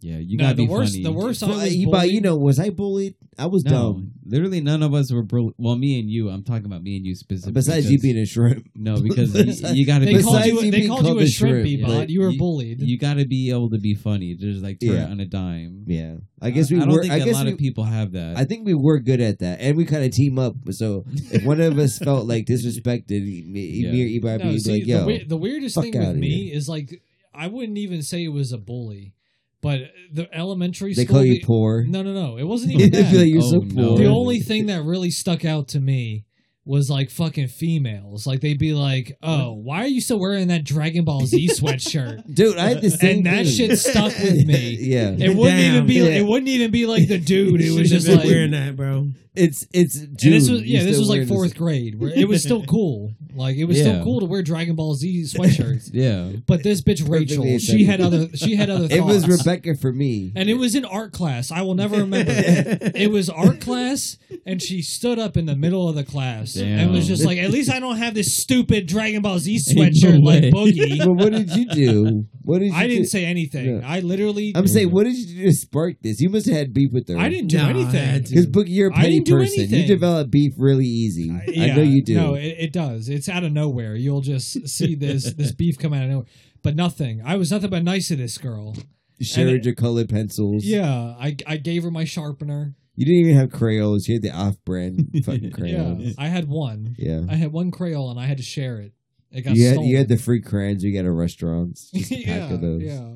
Yeah, you no, gotta the be worst. funny. The worst. I Well, was you, but bullied- you know, was I bullied? I was No, dumb. literally none of us were. Bro- well, me and you. I'm talking about me and you specifically. Besides you because- being a shrimp, (laughs) no, because you, Besides- you gotta They be. called Besides you. you They being called you called a a shrimp, shrimp, Bebot. like, You were you- bullied. you gotta be able to be funny. Just like turn Yeah. it on a dime. yeah. I guess we I don't were. think I a guess lot we, of people have that. I think we were good at that, and we kind of team up. (laughs) So if one of us felt like disrespected, me, Yeah. me or Ibai No, would be see, like, the, "Yo, we- the weirdest fuck thing with outta me is like I wouldn't even say it was a bully, but the elementary they school. call you the- (laughs) poor." No, no, no. It wasn't They even feel that. like you're so Oh, no. poor. the only thing that really stuck out to me was like fucking females. Like they'd be like, "Oh, why are you still wearing that Dragon Ball (laughs) Z sweatshirt?" Dude, I had the same And that thing. (laughs) shit stuck with me. yeah, It wouldn't Damn. even be. Yeah. It wouldn't even be like the dude. (laughs) It You was should've just been like. wearing that, bro. it's it's and June. this was yeah, You're this still was like wearing this- fourth grade. Where it was (laughs) still cool. Like it was Yeah. still cool to wear Dragon Ball Z sweatshirts. (laughs) yeah. But this bitch Perfectly Rachel, she acceptable. had other she had other thoughts. (laughs) It was Rebecca for me. and it was in art class. I will never remember. it was art class, and she stood up in the middle of the class and was just like, "At least I don't have this stupid Dragon (laughs) Ball Z sweatshirt like way. Boogie." well, what did you do? What did you I didn't do? say anything. Yeah. I literally, I'm saying, what did you do to spark this? You must have had beef with her. I didn't do Nah, I had anything. to. Because Boogie, you're a I petty didn't do person. You anything. develop beef really easy. I, Yeah, know you do. No, it, it does. It's out of nowhere. You'll just see (laughs) this this beef come out of nowhere. But nothing. I was nothing but nice to this girl. and Shared your colored pencils. Yeah, I I gave her my sharpener. You didn't even have Crayolas. You had the off-brand fucking (laughs) Yeah, crayons. I had one. Yeah. I had one Crayola and I had to share it. It got You had, stolen. you had the free crayons you get at (laughs) restaurants. Just a yeah, pack of those. yeah,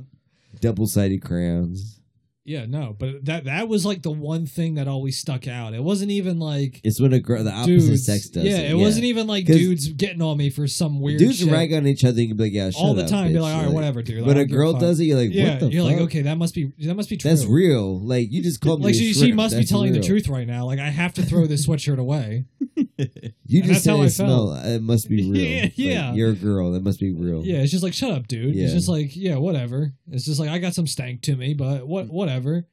Double-sided crayons. yeah. No, but that that was like the one thing that always stuck out. It wasn't even like It's when a girl, the opposite dudes. sex does yeah, it. it wasn't even like 'Cause dudes getting on me for some weird Dudes shit rag on each other. You can be like, yeah, shut all the up, time. You're bitch. like, all right, whatever, dude. But a girl does it, you're like, Yeah, what the you're fuck? like, okay, that must be that must be true. That's real. Like, you just called Like me a she, she shrimp. must be That's telling real. the truth right now. Like I have to throw this (laughs) sweatshirt away. You And just that's said how it I felt. smell. It must (laughs) be real. Yeah, Like, yeah. you're a girl. That must be real. Yeah, it's just like shut up, dude. It's Yeah. just like yeah, whatever. It's just like I got some stank to me, but what whatever.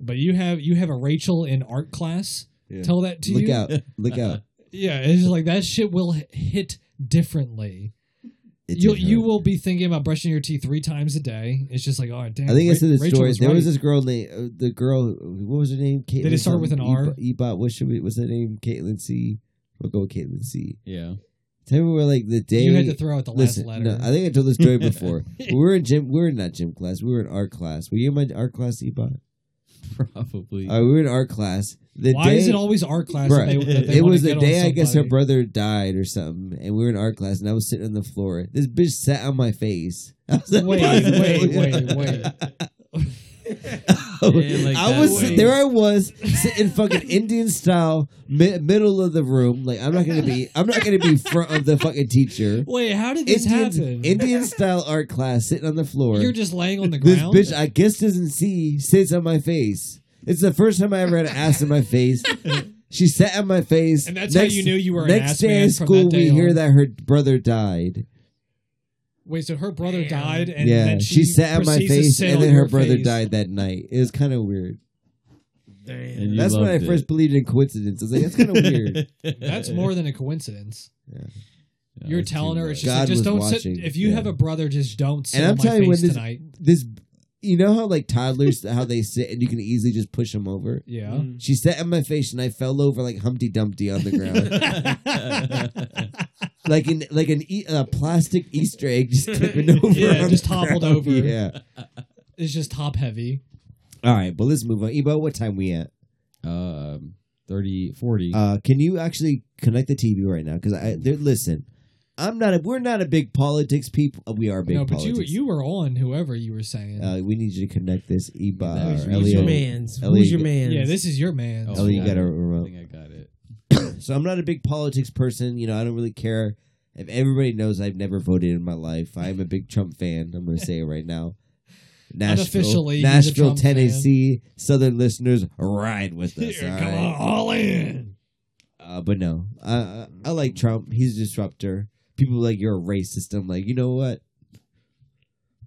But you have you have a Rachel in art class. Yeah. Tell that to Look you. out. Look (laughs) out. Yeah, it's just like that shit will h- hit differently. It You just you hurt. will be thinking about brushing your teeth three times a day. It's just like oh damn. I think I Ra- said this Rachel story. Was there right. was this girl named uh, the girl. What was her name? Caitlin Did it start with an R? something, Ebot. Ebot. What should we? What's her name? Caitlin C. We'll go with Caitlin C. Yeah. (laughs) Tell me where like the day you had to throw out the Listen, last letter. no, I think I told this (laughs) story before. we were in gym. We were not gym class. We were in art class. Were you in my art class, Ebot? Probably. Uh, we were in art class. The Why day, is it always art class? Bruh, that they, that they it wanna was the get on day I guess her somebody? brother died or something, and we were in art class, and I was sitting on the floor. This bitch sat on my face. (laughs) I was like, Wait, wait, (laughs) wait, wait. Yeah, like I that was way. there. I was sitting fucking Indian style, mi- middle of the room. Like I'm not gonna be. I'm not gonna be front of the fucking (laughs) teacher. Wait, how did this Indian, happen? Indian style art class, sitting on the floor. You're just laying on the this ground. bitch, I guess, doesn't see sits on my face. It's the first time I ever had an ass in my (laughs) face. She sat on my face, And that's how you knew you were an Next ass day man at from school, that we day hear on. that her brother died. Wait, so her brother died, and yeah, then she, she, sat on my proceeds to face, sit and on then her your brother face. died that night. It was kind of weird. Damn. And you That's when I loved first it. believed in coincidence. I was like, that's (laughs) (laughs) kind of weird. (laughs) That's more than a coincidence. Yeah, You're it's too telling her much. it's just, God like, just was don't watching, sit. If you yeah. have a brother, just don't sit And on I'm my telling you, face when this- tonight. This, you know how like toddlers, how they sit and you can easily just push them over. Yeah. She sat in my face and I fell over like Humpty Dumpty on the (laughs) ground, like in like an e- a plastic Easter egg (laughs) just tipping over. Yeah, on just the toppled ground. over. Yeah. It's just top heavy. All right, but let's move on. Ebo, what time we at? (laughs) Um, 30, 40. Uh, can you actually connect the TV right now? Because I there, listen, I'm not. A, we're not a big politics people. We are big. no, but politics. you you were on whoever you were saying. Uh, we need you to connect this Ebo Who's or Who's your Elio. Elio. man's? Elliot. Who's your man's? yeah, this is your man. Oh, Elio, you yeah. got a I remote. think I got it. (laughs) So I'm not a big politics person. You know, I don't really care. If everybody knows I've never voted in my life, I'm a big Trump fan. I'm going to say it right now. Nashville, (laughs) Unofficially, he's a Nashville, Trump Tennessee, Southern listeners, ride with us. Here, all come right? on, all in. Uh, but no, I, I I like Trump. He's a disruptor. People are like you're a racist. I'm like, you know what?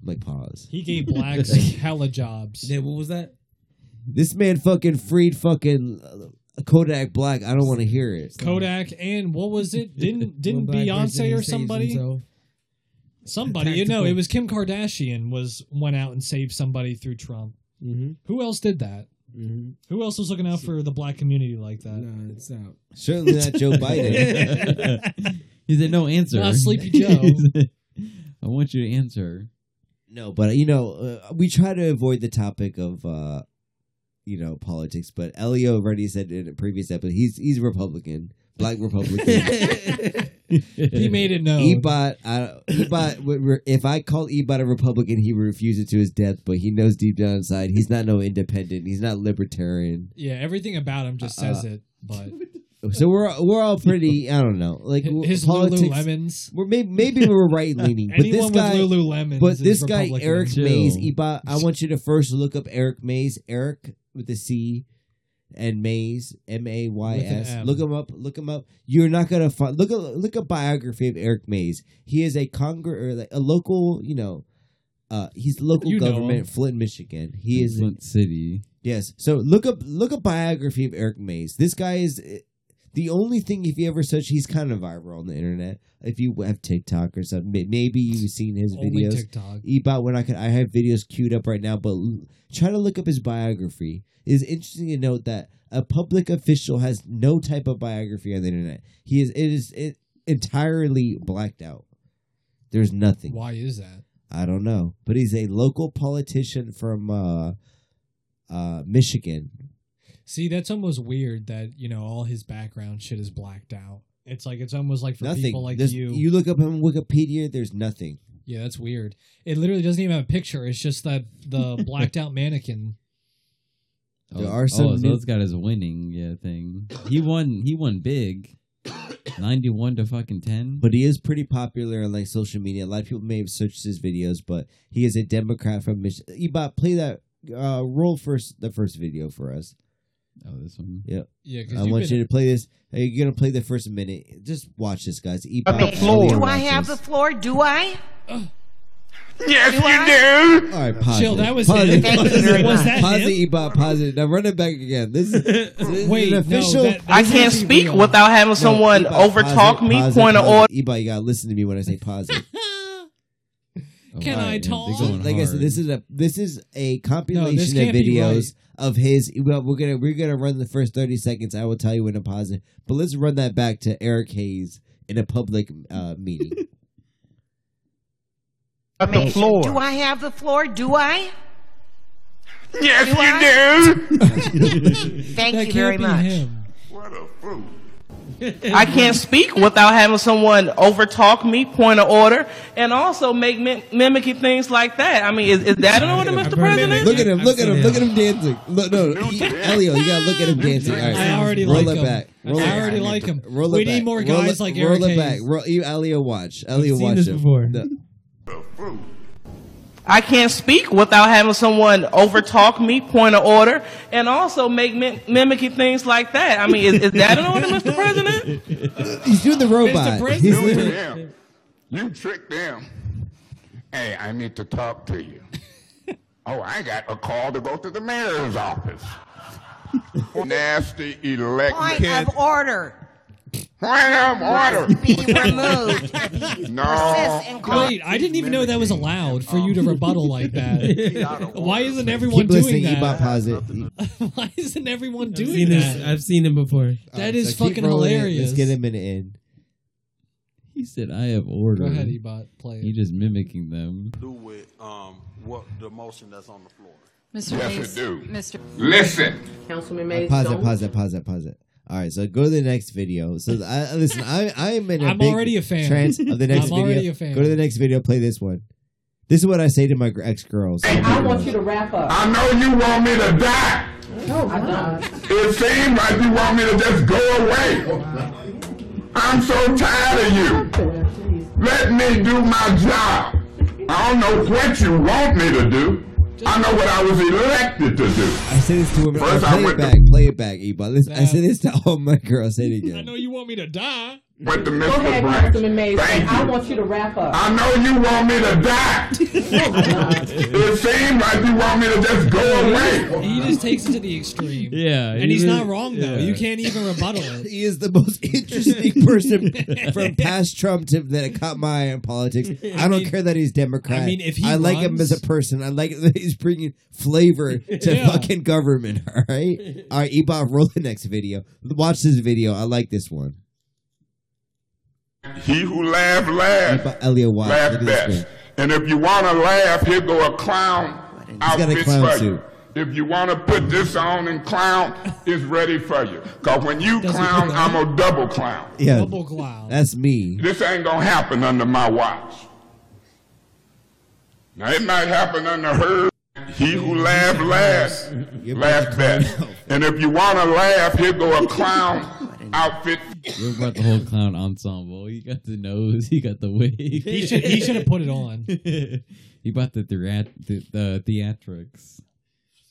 I'm like, pause. (laughs) He gave blacks hella jobs. Yeah, what was that? This man fucking freed fucking uh, Kodak Black. I don't want to hear it. Kodak and what was (laughs) it? Didn't didn't One black person Beyonce who or saves somebody? himself. Somebody, you know, it was Kim Kardashian was went out and saved somebody through Trump. Mhm, Who else did that? mhm. Who else was looking out for the black community (laughs) like that? Nah, it's out. Certainly not Joe Biden. He said, no answer. Not (laughs) Sleepy Joe. I want you to answer. No, but you know, uh, we try to avoid the topic of uh you know politics. But Elio already said in a previous episode he's he's Republican, black Republican. He made it known. Ebot, I, (laughs) Ebot, would re- if I call Ebot a Republican, he refuses to his death. But he knows deep down inside he's not no independent. He's not libertarian. Yeah, everything about him just says Uh, it. (laughs) But So we're we're all pretty. I don't know, like w- his politics. Lululemons. We're maybe, maybe we're right (laughs) leaning, but this Anyone guy. with Lululemons. But is this guy, Republican. Eric Chill. Mays, Ebot, I want you to first look up Eric Mays, Eric with a C, and Mays, M A Y With an S. M. Look him up. Look him up. You're not gonna find. Look a look a biography of Eric Mays. He is a congress or like a local, you know. Uh, he's local You know him. government, Flint, Michigan. He is Flint City. yes. So look up look a biography of Eric Mays. This guy is eh, the only thing if you ever search, he's kind of viral on the internet. If you have TikTok or something, may- maybe you've seen his Only videos. TikTok. Ebot when I could I have videos queued up right now, but l- try to look up his biography. It is interesting to note that a public official has no type of biography on the internet. He is it is it entirely blacked out. There's nothing. Why is that? I don't know. But he's a local politician from uh uh Michigan. See, that's almost weird that you know all his background shit is blacked out. It's like it's almost like for nothing. people like There's- you. you look up him on Wikipedia, there's nothing. Yeah, that's weird. It literally doesn't even have a picture. It's just that (laughs) the blacked out mannequin. There oh, are some Oh, so new- has got his winning yeah thing. He won. He won (coughs) big. Ninety-one to fucking ten. But he is pretty popular on like social media. A lot of people may have searched his videos, but he is a Democrat from Michigan. Ebot, play that uh, roll first the first video for us. oh, this one. Yeah, because I want you to play this. Hey, You're gonna play the first minute. Just watch this, guys. Ebot, Do I have the floor? Do I? All right, pause. Chill, it. that was pause him. it. Thank you Pause very it. much. Was that Pause him? it, Ebot. Pause it. Now run it back again. This is, (laughs) this is an Wait, no, official. that- I This can't is speak real. without having No, someone Ebot, pause overtalk it, me. pause it, Point of pause order. it. Ebot, you gotta listen to me when I say pause it. Oh, Can wow, I yeah, they're talk? going like I said, hard. this is a this is a compilation of can't be videos of his. Well, we're gonna we're gonna run the first thirty seconds. I will tell you when to pause it, but let's run that back to Eric Hayes in a public uh, meeting. the floor. Do I have the floor? Do I? Yes, you do. Thank that can't you very be much. him. I can't speak without having someone overtalk me, point of order, and also make mim- mimicking things like that. I mean, is, is that an order, Mr. President? look at him! I've Look at seen him! it. Look at him dancing! Look, no, he, Elio, you gotta look at him dancing. All right, I already roll like it him. back. Roll I it already back. like him. Roll we it back. need more Roll guys it- like roll Eric it Hayes. back. Roll, you, Elio, watch. Elio, seen watch this him. before. No. I can't speak without having someone overtalk me, point of order, and also make mim- mimicking things like that. I mean, is, is that an order, Mr. President? He's doing the robot. President. He's No, doing- them. You tricked them. Hey, I need to talk to you. Oh, I got a call to go to the mayor's office. (laughs) Nasty elect. Point of order. Point of order. (laughs) Be removed. No. Persist in calling. Wait, I didn't even know that was allowed for you to rebuttal like that. Why isn't everyone Keep doing listening, Ebot that? (laughs) Posit. Why isn't everyone I've doing seen this. that? I've seen him before. That Alright, is so keep fucking rolling it. hilarious. Let's get a minute in. He said, "I have order." Go ahead, Ebot, play You're it. just mimicking them. do with um, what the motion that's on the floor. Mr. Yes, Mays, it do. Mr. Listen. Councilman Mays, Pause it. don't. Pause it. Pause it. Pause it. All right, so go to the next video. So I, I- listen, I, I'm in a I'm big already a fan. trance of the next (laughs) I'm video. already a fan. Go to the next video. Play this one. This is what I say to my ex girls. I want you to wrap up. I know you want me to die. It seems like you want me to just go away. I'm so tired of you. Let me do my job. I don't know what you want me to do. I know what I was elected to do. I say this to him. First I play it went to- back. Play it back, Ebot. Listen, I say this to all my girls. Say it I again. know you want me to die. Went to Mr. Branch. Thank you. you to wrap up. I know you want me to die. it seems like you want me to just go away. He just takes it to the extreme. Yeah, And he's not wrong though. You (laughs) can't even rebuttal it. He is the most interesting person from (laughs) past Trump to that caught my eye in politics. I don't mean- care that he's Democrat. I mean, if he I like him as runs- a person, I like that he's bringing (laughs) flavor to Yeah. fucking government. (laughs) All right, all right. Ebot, roll the next video. Watch this video. I like this one. He who laughed last. Ebot, Elliot Watt. Look laugh at this screen. best. And if you want to laugh, here go a clown got a outfit clown for suit. you. If you want to put this on and clown, it's ready for you. Because when you Doesn't clown, look I'm a double clown. (laughs) Yeah, Bubble cloud. that's me. This ain't going to happen under my watch. Now, it might happen under her. He who laughed last, You're about laughed to clown best. (laughs) out. And if you want to laugh, here go a clown outfit. You're about the whole clown ensemble. You got the nose. You got the wig. He should he should have put (laughs) it on. you bought the, theat- the the theatrics.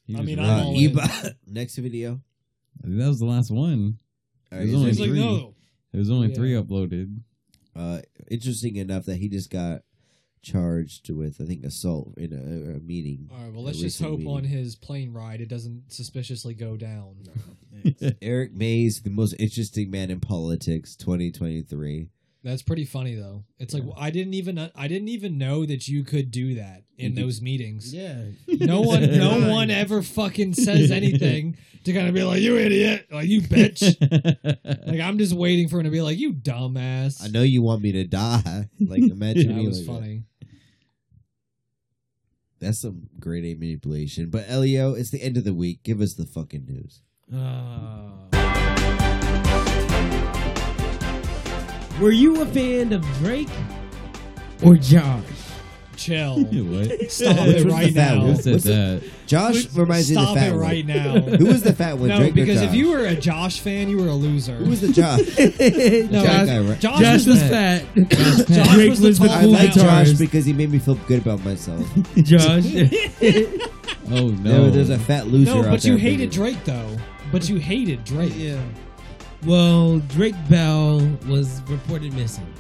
He I was mean, right. I'm Uh, all in. Ebot. (laughs) Next video. I think that was the last one. All There's so only He's it's like, three. no. There was only Yeah. three uploaded. uh, interesting enough that he just got charged with, I think, assault in a, a meeting. All right, well, let's At least just it'll hope be- on his plane ride it doesn't suspiciously go down. Eric Mays, the most interesting man in politics, 2023. That's pretty funny though. It's like I didn't even uh, I didn't even know that you could do that in those meetings. (laughs) Yeah. (laughs) No one no one ever fucking says anything to kind of be like you idiot, like you (laughs) bitch. like I'm just waiting for him to be like you dumbass. I know you want me to die. (laughs) Like, imagine that me was like that. funny. That's some grade A manipulation. But, Elio, it's the end of the week. Give us the fucking news. Ah. Were you a fan of Drake or Josh? (laughs) Chill. what? Stop Oh, Which was it the right fat now. (laughs) Who one? said What's the- that? Josh reminds me of the Stop fat it one. right (laughs) now. Who was the fat one? no, Drake or because if Josh? you were a Josh fan, you were a loser. Who was the Josh? (laughs) (laughs) no, Josh guy, right? Josh, Josh was was the fat. Josh Drake was the was the tall I cool like Josh guitarist. because he made me feel good about (laughs) myself. Josh. No, Oh no! there's a fat loser. No, out but there you hated thinking- Drake though. But you hated Drake. Yeah. (laughs) Well, Drake Bell was reported missing.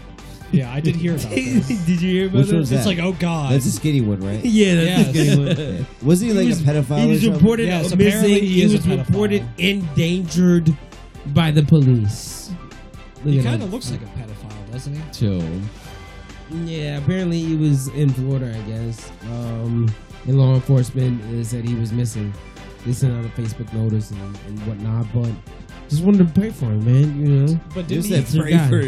Yeah, I (laughs) did hear (laughs) about Did this. you hear about Which that? one's that? It's like, oh god. That's a skinny one, right? (laughs) Yeah, Yes. that's a (laughs) good one. Wasn't he like was- a pedophile? He or was something? reported Yes, apparently missing. he He is a was pedophile. reported endangered by the police. Look he at kind that. of looks like a pedophile, doesn't he? chill. Yeah, apparently he was in Florida, I guess. Um, and law enforcement uh, said he was missing. They sent out a Facebook notice and, and whatnot, but just wanted to pray for him, man. You know, But You said didn't he- pray Yeah. for.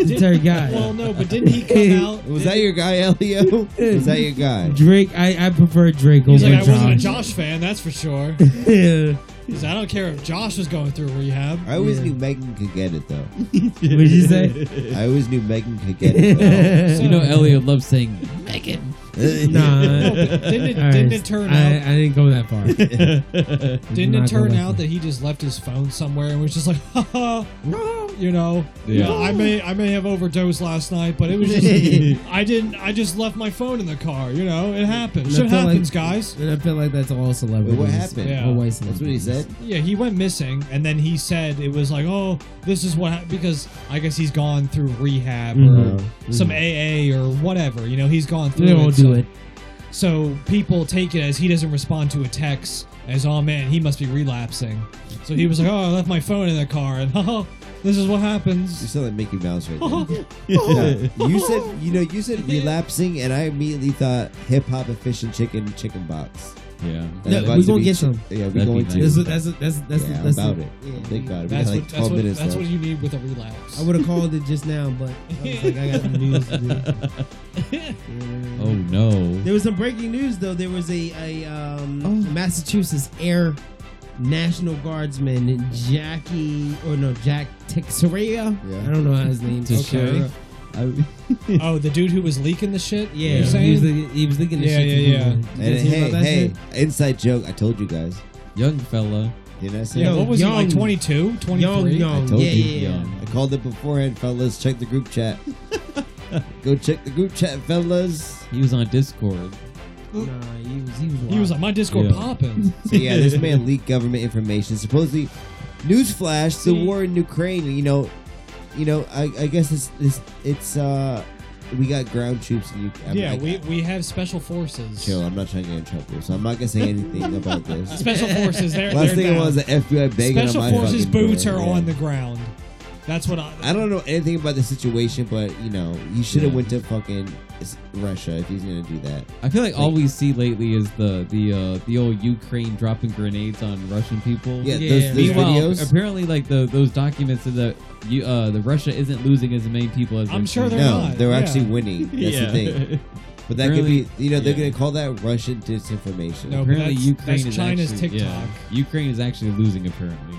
it's our guy. Well, no, but (laughs) didn't he come out? Was that your guy, (laughs) Elio? Was that your guy? Drake, I, I prefer Drake He's over like, I wasn't a Josh. Josh fan, that's for sure. Yeah. He's like, I don't care if Josh was going through rehab. I always Yeah. knew Megan could get it though. (laughs) What'd you (laughs) say? I always knew Megan could get (laughs) it. Though. You know, Elliot loves saying (laughs) Megan. nah. No, but didn't it- (laughs) All didn't it turn I, out- I didn't go that far. Didn't Not it turn gonna- out that he just left his phone somewhere and was just like, (laughs) haha, you know, Yeah. "No, I may I may have overdosed last night, but it was just I didn't I just left my phone in the car, you know, it happened. And I Shit feel like- happens, guys. And I feel like that's all celebrities. But what happened? Yeah. All white That's what he celebrities. said. Yeah, he went missing, and then he said it was like, oh, this is what hap- because I guess he's gone through rehab or some AA or whatever. You know, he's gone through. They won't so, do it. So people take it as he doesn't respond to a text As oh man, he must be relapsing. So he was like, oh, I left my phone in the car, and (laughs) oh, this is what happens. You sound like Mickey Mouse right now. (laughs) No, you said, you know, you said relapsing, and I immediately thought hip hop and fish and chicken, chicken box. Yeah. And No, about we to gonna be get chi- some. Yeah, we're That'd going be to. nice. That's a, that's a, that's that's yeah, that's about the- it. yeah. Think about it. We got That's, like what, 12 that's, what, minutes that's left. what you need with a relapse. I would have called it just now, but I was like, I got some news to do. (laughs) Yeah. Oh no. There was some breaking news though. There was a, a um, Oh. Massachusetts Air National Guardsman Jackie or no Jack Texera. Yeah. I don't know how his name. is. Teixeira. Okay. oh, the dude who was leaking the shit. Yeah, You're he was saying? li- he was looking at Yeah, shit. to yeah, people. And You guys hear hey, about that hey, shit? inside joke. I told you guys. Young fella. Didn't I say? yeah, that? Yo, what was he like? young. 22, 23? young, I young, told yeah, you, yeah, yeah. I called it beforehand, fellas. Check the group (laughs) chat. Go check the group chat, fellas. He was on Discord. Nah, he was, he was, He was wild. on my Discord Yeah. popping. So yeah, this (laughs) man leaked government information. Supposedly, newsflash: the See? war in Ukraine. You know, you know. I, I guess it's, it's it's uh we got ground troops in Ukraine. yeah, we, we have special forces. chill. I'm not trying to get in trouble, so I'm not gonna say anything about this. (laughs) Special forces. They're, Last they're thing I down. was the FBI banging Special on my forces fucking boots door, are yeah. on the ground. That's what I. I don't know anything about the situation, but you know, you should have Yeah. went to fucking s- Russia if he's gonna do that. I feel like all we see lately is the the uh, the old Ukraine dropping grenades on Russian people. Yeah, Yeah. those, those Meanwhile, videos. apparently, like the those documents said that you, uh, the Russia isn't losing as many people as I'm they're sure saying. they're no, not, they're yeah. actually winning. (laughs) That's the thing. But that Apparently- could be, you know, they're yeah. gonna call that Russian disinformation. No, but apparently, that's- Ukraine that's is China's actually, yeah, TikTok. Ukraine is actually losing. Apparently,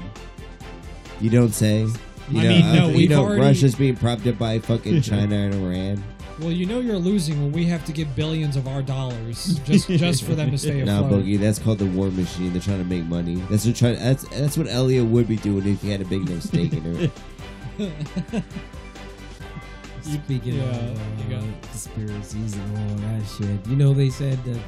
You don't say. You I know, mean, uh, no, you we've know, already- Russia's being prompted by fucking China and Iran. Well, you know you're losing when we have to give billions of our dollars just just for them to stay Nah, afloat. boogie, that's called the war machine. They're trying to make money. That's what trying. That's that's what Elliot would be doing if he had a big no stake in it. Speaking Yeah, you of got uh, conspiracies and all that shit, you know they said that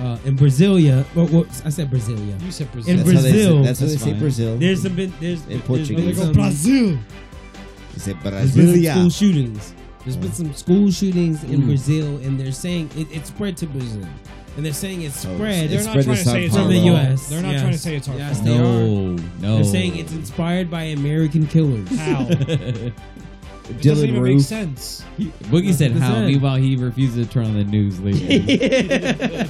uh, uh, in Brasilia, well, well, I said Brasilia. You said Brazil. In That's how they Brazil, say, that's how they that's say fine. Brazil. There's some been there's In there's Portuguese. been They go, some- Brazil. they say There's been some school Brasilia. shootings. There's Oh. been some school shootings in Mm. Brazil, and they're saying it, it spread to Brazil, and they're saying it Oh, spread. They're It's spread not to trying to Sao say it's Paulo. our From the fault. US, They're not yes. trying to say it's our Yes, fault. they no, no, they're saying it's inspired by (laughs) American killers. (laughs) How? It doesn't Dylan even make Roof. sense. (laughs) Boogie said That's how. it. Meanwhile, he refuses to turn on the news lately.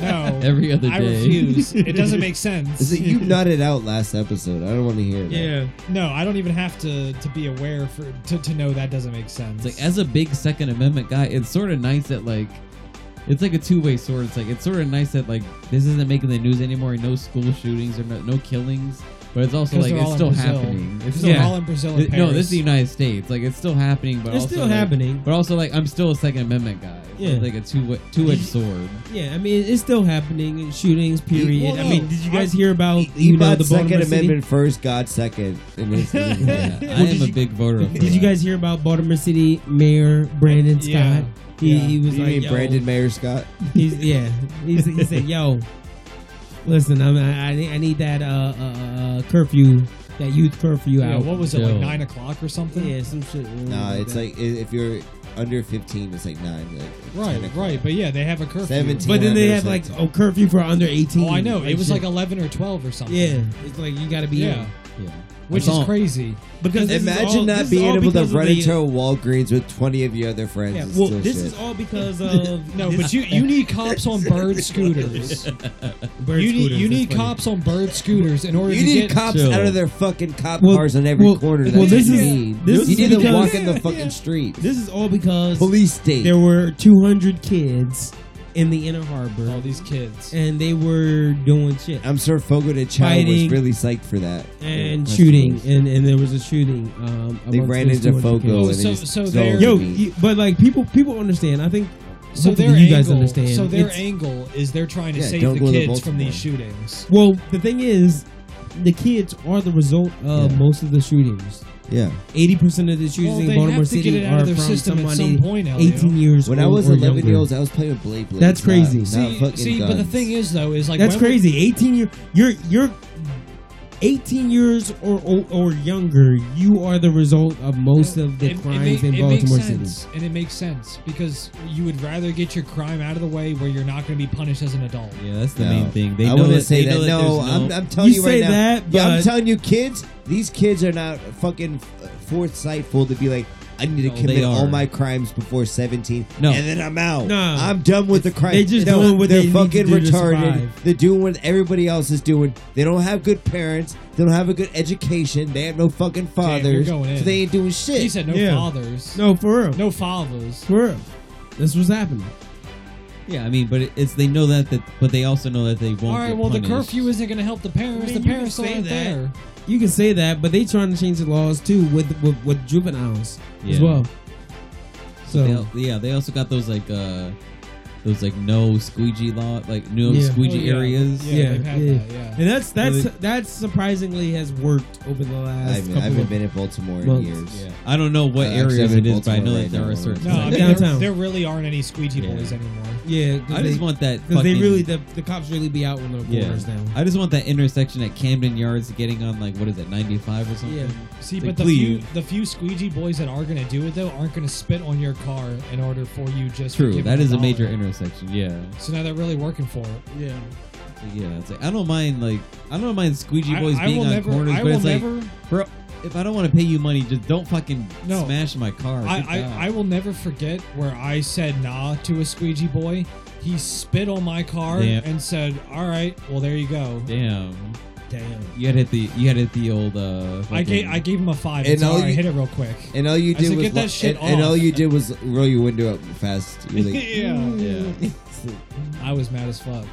No. Every other I day. refuse. It doesn't make sense. Is it you nodded out last episode? I don't want to hear that. yeah, No, I don't even have to to be aware for to, to know that doesn't make sense. It's like as a big Second Amendment guy, it's sort of nice that like it's like a two way sword. It's like it's sort of nice that like this isn't making the news anymore. No school shootings or no, no killings, but it's also 'Cause like they're it's all in still Brazil. happening. It's Because still they're Yeah. all in Brazil and Th- no, this Paris. is the United States. Like it's still happening, but it's also, still like- happening. But also, like I'm still a Second Amendment guy. Yeah. It's like a two two edged sword. Yeah, I mean it's still happening. and Shootings, period. Well, I mean, no, did you guys hear about He you know bought the Baltimore Second City? Amendment first, God second. And it's- Yeah, I am a big voter. of Did you guys hear about Baltimore City Mayor Brandon Scott? Yeah. He, Yeah. he was you like, mean yo, Brandon Mayor Scott? He's, yeah, he's, he said, "Yo, listen, I'm, I I need- I need that uh, uh, uh, curfew, that youth curfew yeah, out." what was it like Yo. nine o'clock or something? Yeah, some shit. really Nah, it's that. like i- if you're under 15, it's like nine. Like Right, 10 o'clock. right. But yeah, they have a curfew. 17. But then they have 10%. like a curfew for under eighteen. Oh, I know. It was shit. like eleven or twelve or something. yeah, it's like you got to be Yeah. in. Yeah. Which That's is all- crazy. because this is Imagine all- this not is being all able to because of run the- into a Walgreens with 20 of your other friends. Yeah, and well, steal this shit. is all (laughs) because of No, this but you, (laughs) you need cops on bird scooters. bird you need scooters, you that's need funny. cops on bird scooters in order You to need get cops Chill. out of their fucking cop Well- cars on every well- corner. That's well, what this you is- need. this you is need them because- walking the fucking street. This is all because Police state. there were 200 kids in the inner harbor, all these kids. and they were doing shit I'm sure Fogo de Chao was Fighting. really psyched for that. and Yeah, shooting, that's cool. and, and there was a shooting. Um, They amongst ran those into 200 Fogo Well, and kids. they so- just so stole they're- his Yo, meat. you- but like people, people understand. I think So hopefully their you guys angle, understand. So their It's- angle is they're trying to Yeah, save don't the go to kids from Baltimore. these shootings. well, the thing is, the kids are the result of Yeah. most of the shootings. Yeah. Eighty percent of the shootings Well, in they Baltimore have to get City it out are of their from system at somebody some point. Elio. eighteen years. When I old was or 11 younger. years old, I was playing with Blade Blades. That's not- crazy. Not, See, fucking see but the guns. thing is though, is like That's when we- crazy. Eighteen year. You're you're 18 years or, or or younger, you are the result of most of the It- it crimes ma- in it Baltimore makes City. sense, and it makes sense because you would rather get your crime out of the way where you're not going to be punished as an adult. Yeah, that's the No. main thing. They I know wouldn't that. say they that. know that no, I'm, there's I'm telling You you, right say now. that, yeah, I'm but- telling you, kids, these kids are not fucking uh, foresightful to be like, I need to No, they commit all are. my crimes before 17, No. and then I'm out. No. I'm done with the crime. They just no, doing what they're they need to fucking do to retarded. survive. They're doing what everybody else is doing. They don't have good parents. They don't have a good education. They have no fucking fathers, going in. so they ain't doing shit. He said no Yeah. fathers, No, for real. no fathers. For real. This was happening. Yeah, I mean, but it- it's they know that, that but they also know that they won't. All right, get well the punished. curfew isn't going to help the parents. I mean, the you can parents say aren't that. there. You can say that, but they trying to change the laws too with with, with juveniles as Yeah. well. So They al- yeah, they also got those like uh those like no squeegee law, like no Yeah. squeegee Oh, yeah. areas. Yeah, Yeah, they've had yeah. that. Yeah. and that's that's Really? that surprisingly has worked over the I last haven't, I couple haven't of been in Baltimore in months. years. I don't know what Uh, actually, areas I'm in it is, but I know Baltimore that right there now. are certain. No, I mean, like- there, Downtown. there really aren't any squeegee Yeah. boys anymore. yeah. I just want that because they fucking- really the, the cops really be out on the yeah. corners now. I just want that intersection at Camden Yards getting on like what is it, ninety five or something? Yeah. See, Like, but the please. few the few squeegee boys that are going to do it though aren't going to spit on your car in order for you just to True, give that them is a dollar. major intersection. Yeah, So now they're really working for it. Yeah. yeah. It's like I don't mind like I don't mind squeegee I- boys I, being will on never, corners, I but will it's like, never, bro, if I don't want to pay you money, just don't fucking No. smash my car. I, Good God. I, I will never forget where I said nah to a squeegee boy. He spit on my car Damn. and said, "All right, well there you go." damn. Damn. You had hit the you had hit the old. uh I gave fucking- I gave him a five. And And all I you- hit it real quick. And all you I did said, was "Get that lo- shit and, and off." all you did was roll your window up fast. You're like, yeah, Yeah. I was mad as fuck.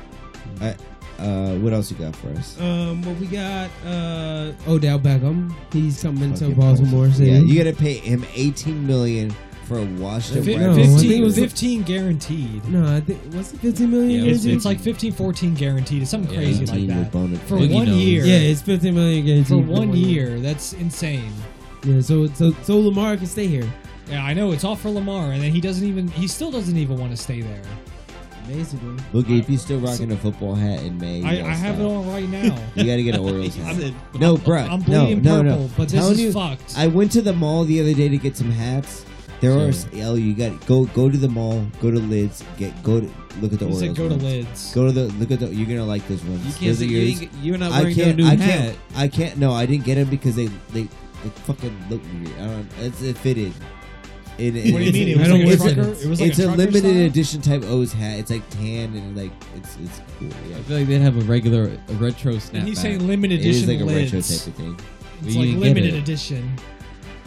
uh, what else you got for us? Um, but we got uh Odell Beckham. He's coming to Fucking Baltimore City. Yeah, you gotta pay him eighteen million for a Washington mm-hmm. Fif- no, I Redskins. think 15, it was- 15 guaranteed. no, I think what's it, fifteen million? Yeah, It's, guaranteed? it's like 15, 14 guaranteed. It's something Yeah, crazy like 18 with that. bonus For pay. Boogie one knows. year. yeah, it's fifteen million guaranteed for one year. That's insane. Yeah, so so so Lamar can stay here. Yeah, I know. It's all for Lamar, and then he doesn't even. He still doesn't even want to stay there. Basically, Look, if you're still rocking a football hat in May, you I, gotta I have it stop. (laughs) on right now. You gotta get an (laughs) Orioles I hat. said, No, bruh. I'm no, bleeding no, purple, no. but this Telling is you, fucked. I went to the mall the other day to get some hats. There are Sure. yo, you got go go to the mall, go to Lids, get go to look at the He Orioles. said go to ones. lids. Go to the look at the. You're gonna like this one. You can't Those say are you yours. ain't- you're not I wearing can't. no new I hat. can't. I can't. No, I didn't get him because they they, they fucking look weird. I don't. It's, it fitted. It, what do you it's- mean? It was I don't like a it's listen. trucker. It was like it's a, a, trucker limited style? edition type O's hat. It's like tan and like it's it's cool. Yeah. I feel like they'd have a regular a retro snapback. And he's saying limited It is edition like a lids. retro type of thing. It's You like didn't get limited it. edition.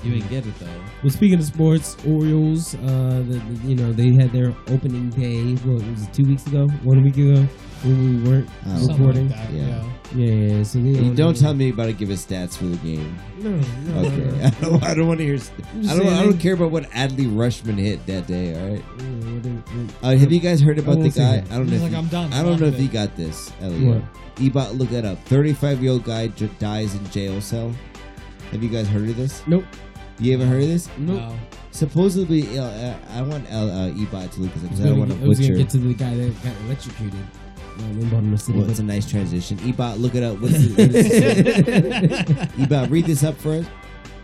you didn't get it though. well, speaking of sports, Orioles. Uh, the, the- you know they had their opening day. What was it, two weeks ago? One week ago when we weren't Oh. Something recording. like that. Yeah. Yeah. Yeah, yeah. So they You own don't it. tell me about to give us stats for the game. No, no, Uh-huh. no, Okay, (laughs) no. I don't, I don't want to hear. just I don't. saying I they- don't care about what Adley Rushman hit that day. All right. Yeah, what they- what- Uh, have you guys heard about the won't say guy? that. I don't know. if He's like, you- "I'm done. I don't Fuck know if it." you got this, Elliot. Ebot, look that up. Thirty-five-year-old guy j- dies in jail cell. Have you guys heard of this? Nope. You haven't heard of this? No. Supposedly, uh, uh, I want El, uh, Ebot to look this up because I I don't want to gonna- I was gonna butcher. get to the guy that got electrocuted um, in Baltimore City. Well, it's a nice transition. Ebot, look it up. What's (laughs) the, Ebot, read this up for us.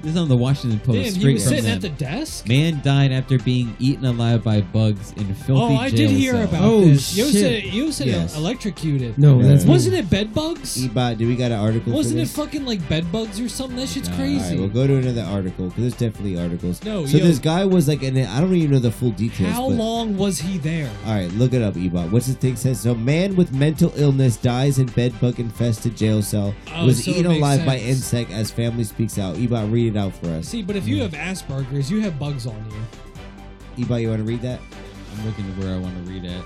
This is on the Washington Post. Damn, he straight was from sitting them. at the desk. Man died after being eaten alive by bugs in filthy Oh, I jail did hear cell. about Oh, this. You said shit. you said Yes. electrocuted. no, Yeah. that's Wasn't it bed bugs? Ebot, do we got an article? Wasn't for it this? fucking like bed bugs or something? That shit's Nah, All crazy. right, we'll go to another article because there's definitely articles. No, so yo- this guy was like, and I don't even know the full details. How but- long was he there? All right, look it up, Ebot. What's the thing says? So, man with mental illness dies in bed bug infested jail cell. Oh, was so it eaten makes alive by sense. insect as family speaks out. Ebot, read it out for us. See, but if you have Asperger's, you have bugs on you. Ebot, you want to read that? I'm looking to where I want to read at.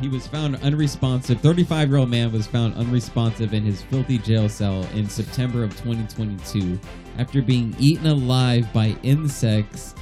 He was found unresponsive. 35 year old man was found unresponsive in his filthy jail cell in September of 2022 after being eaten alive by insects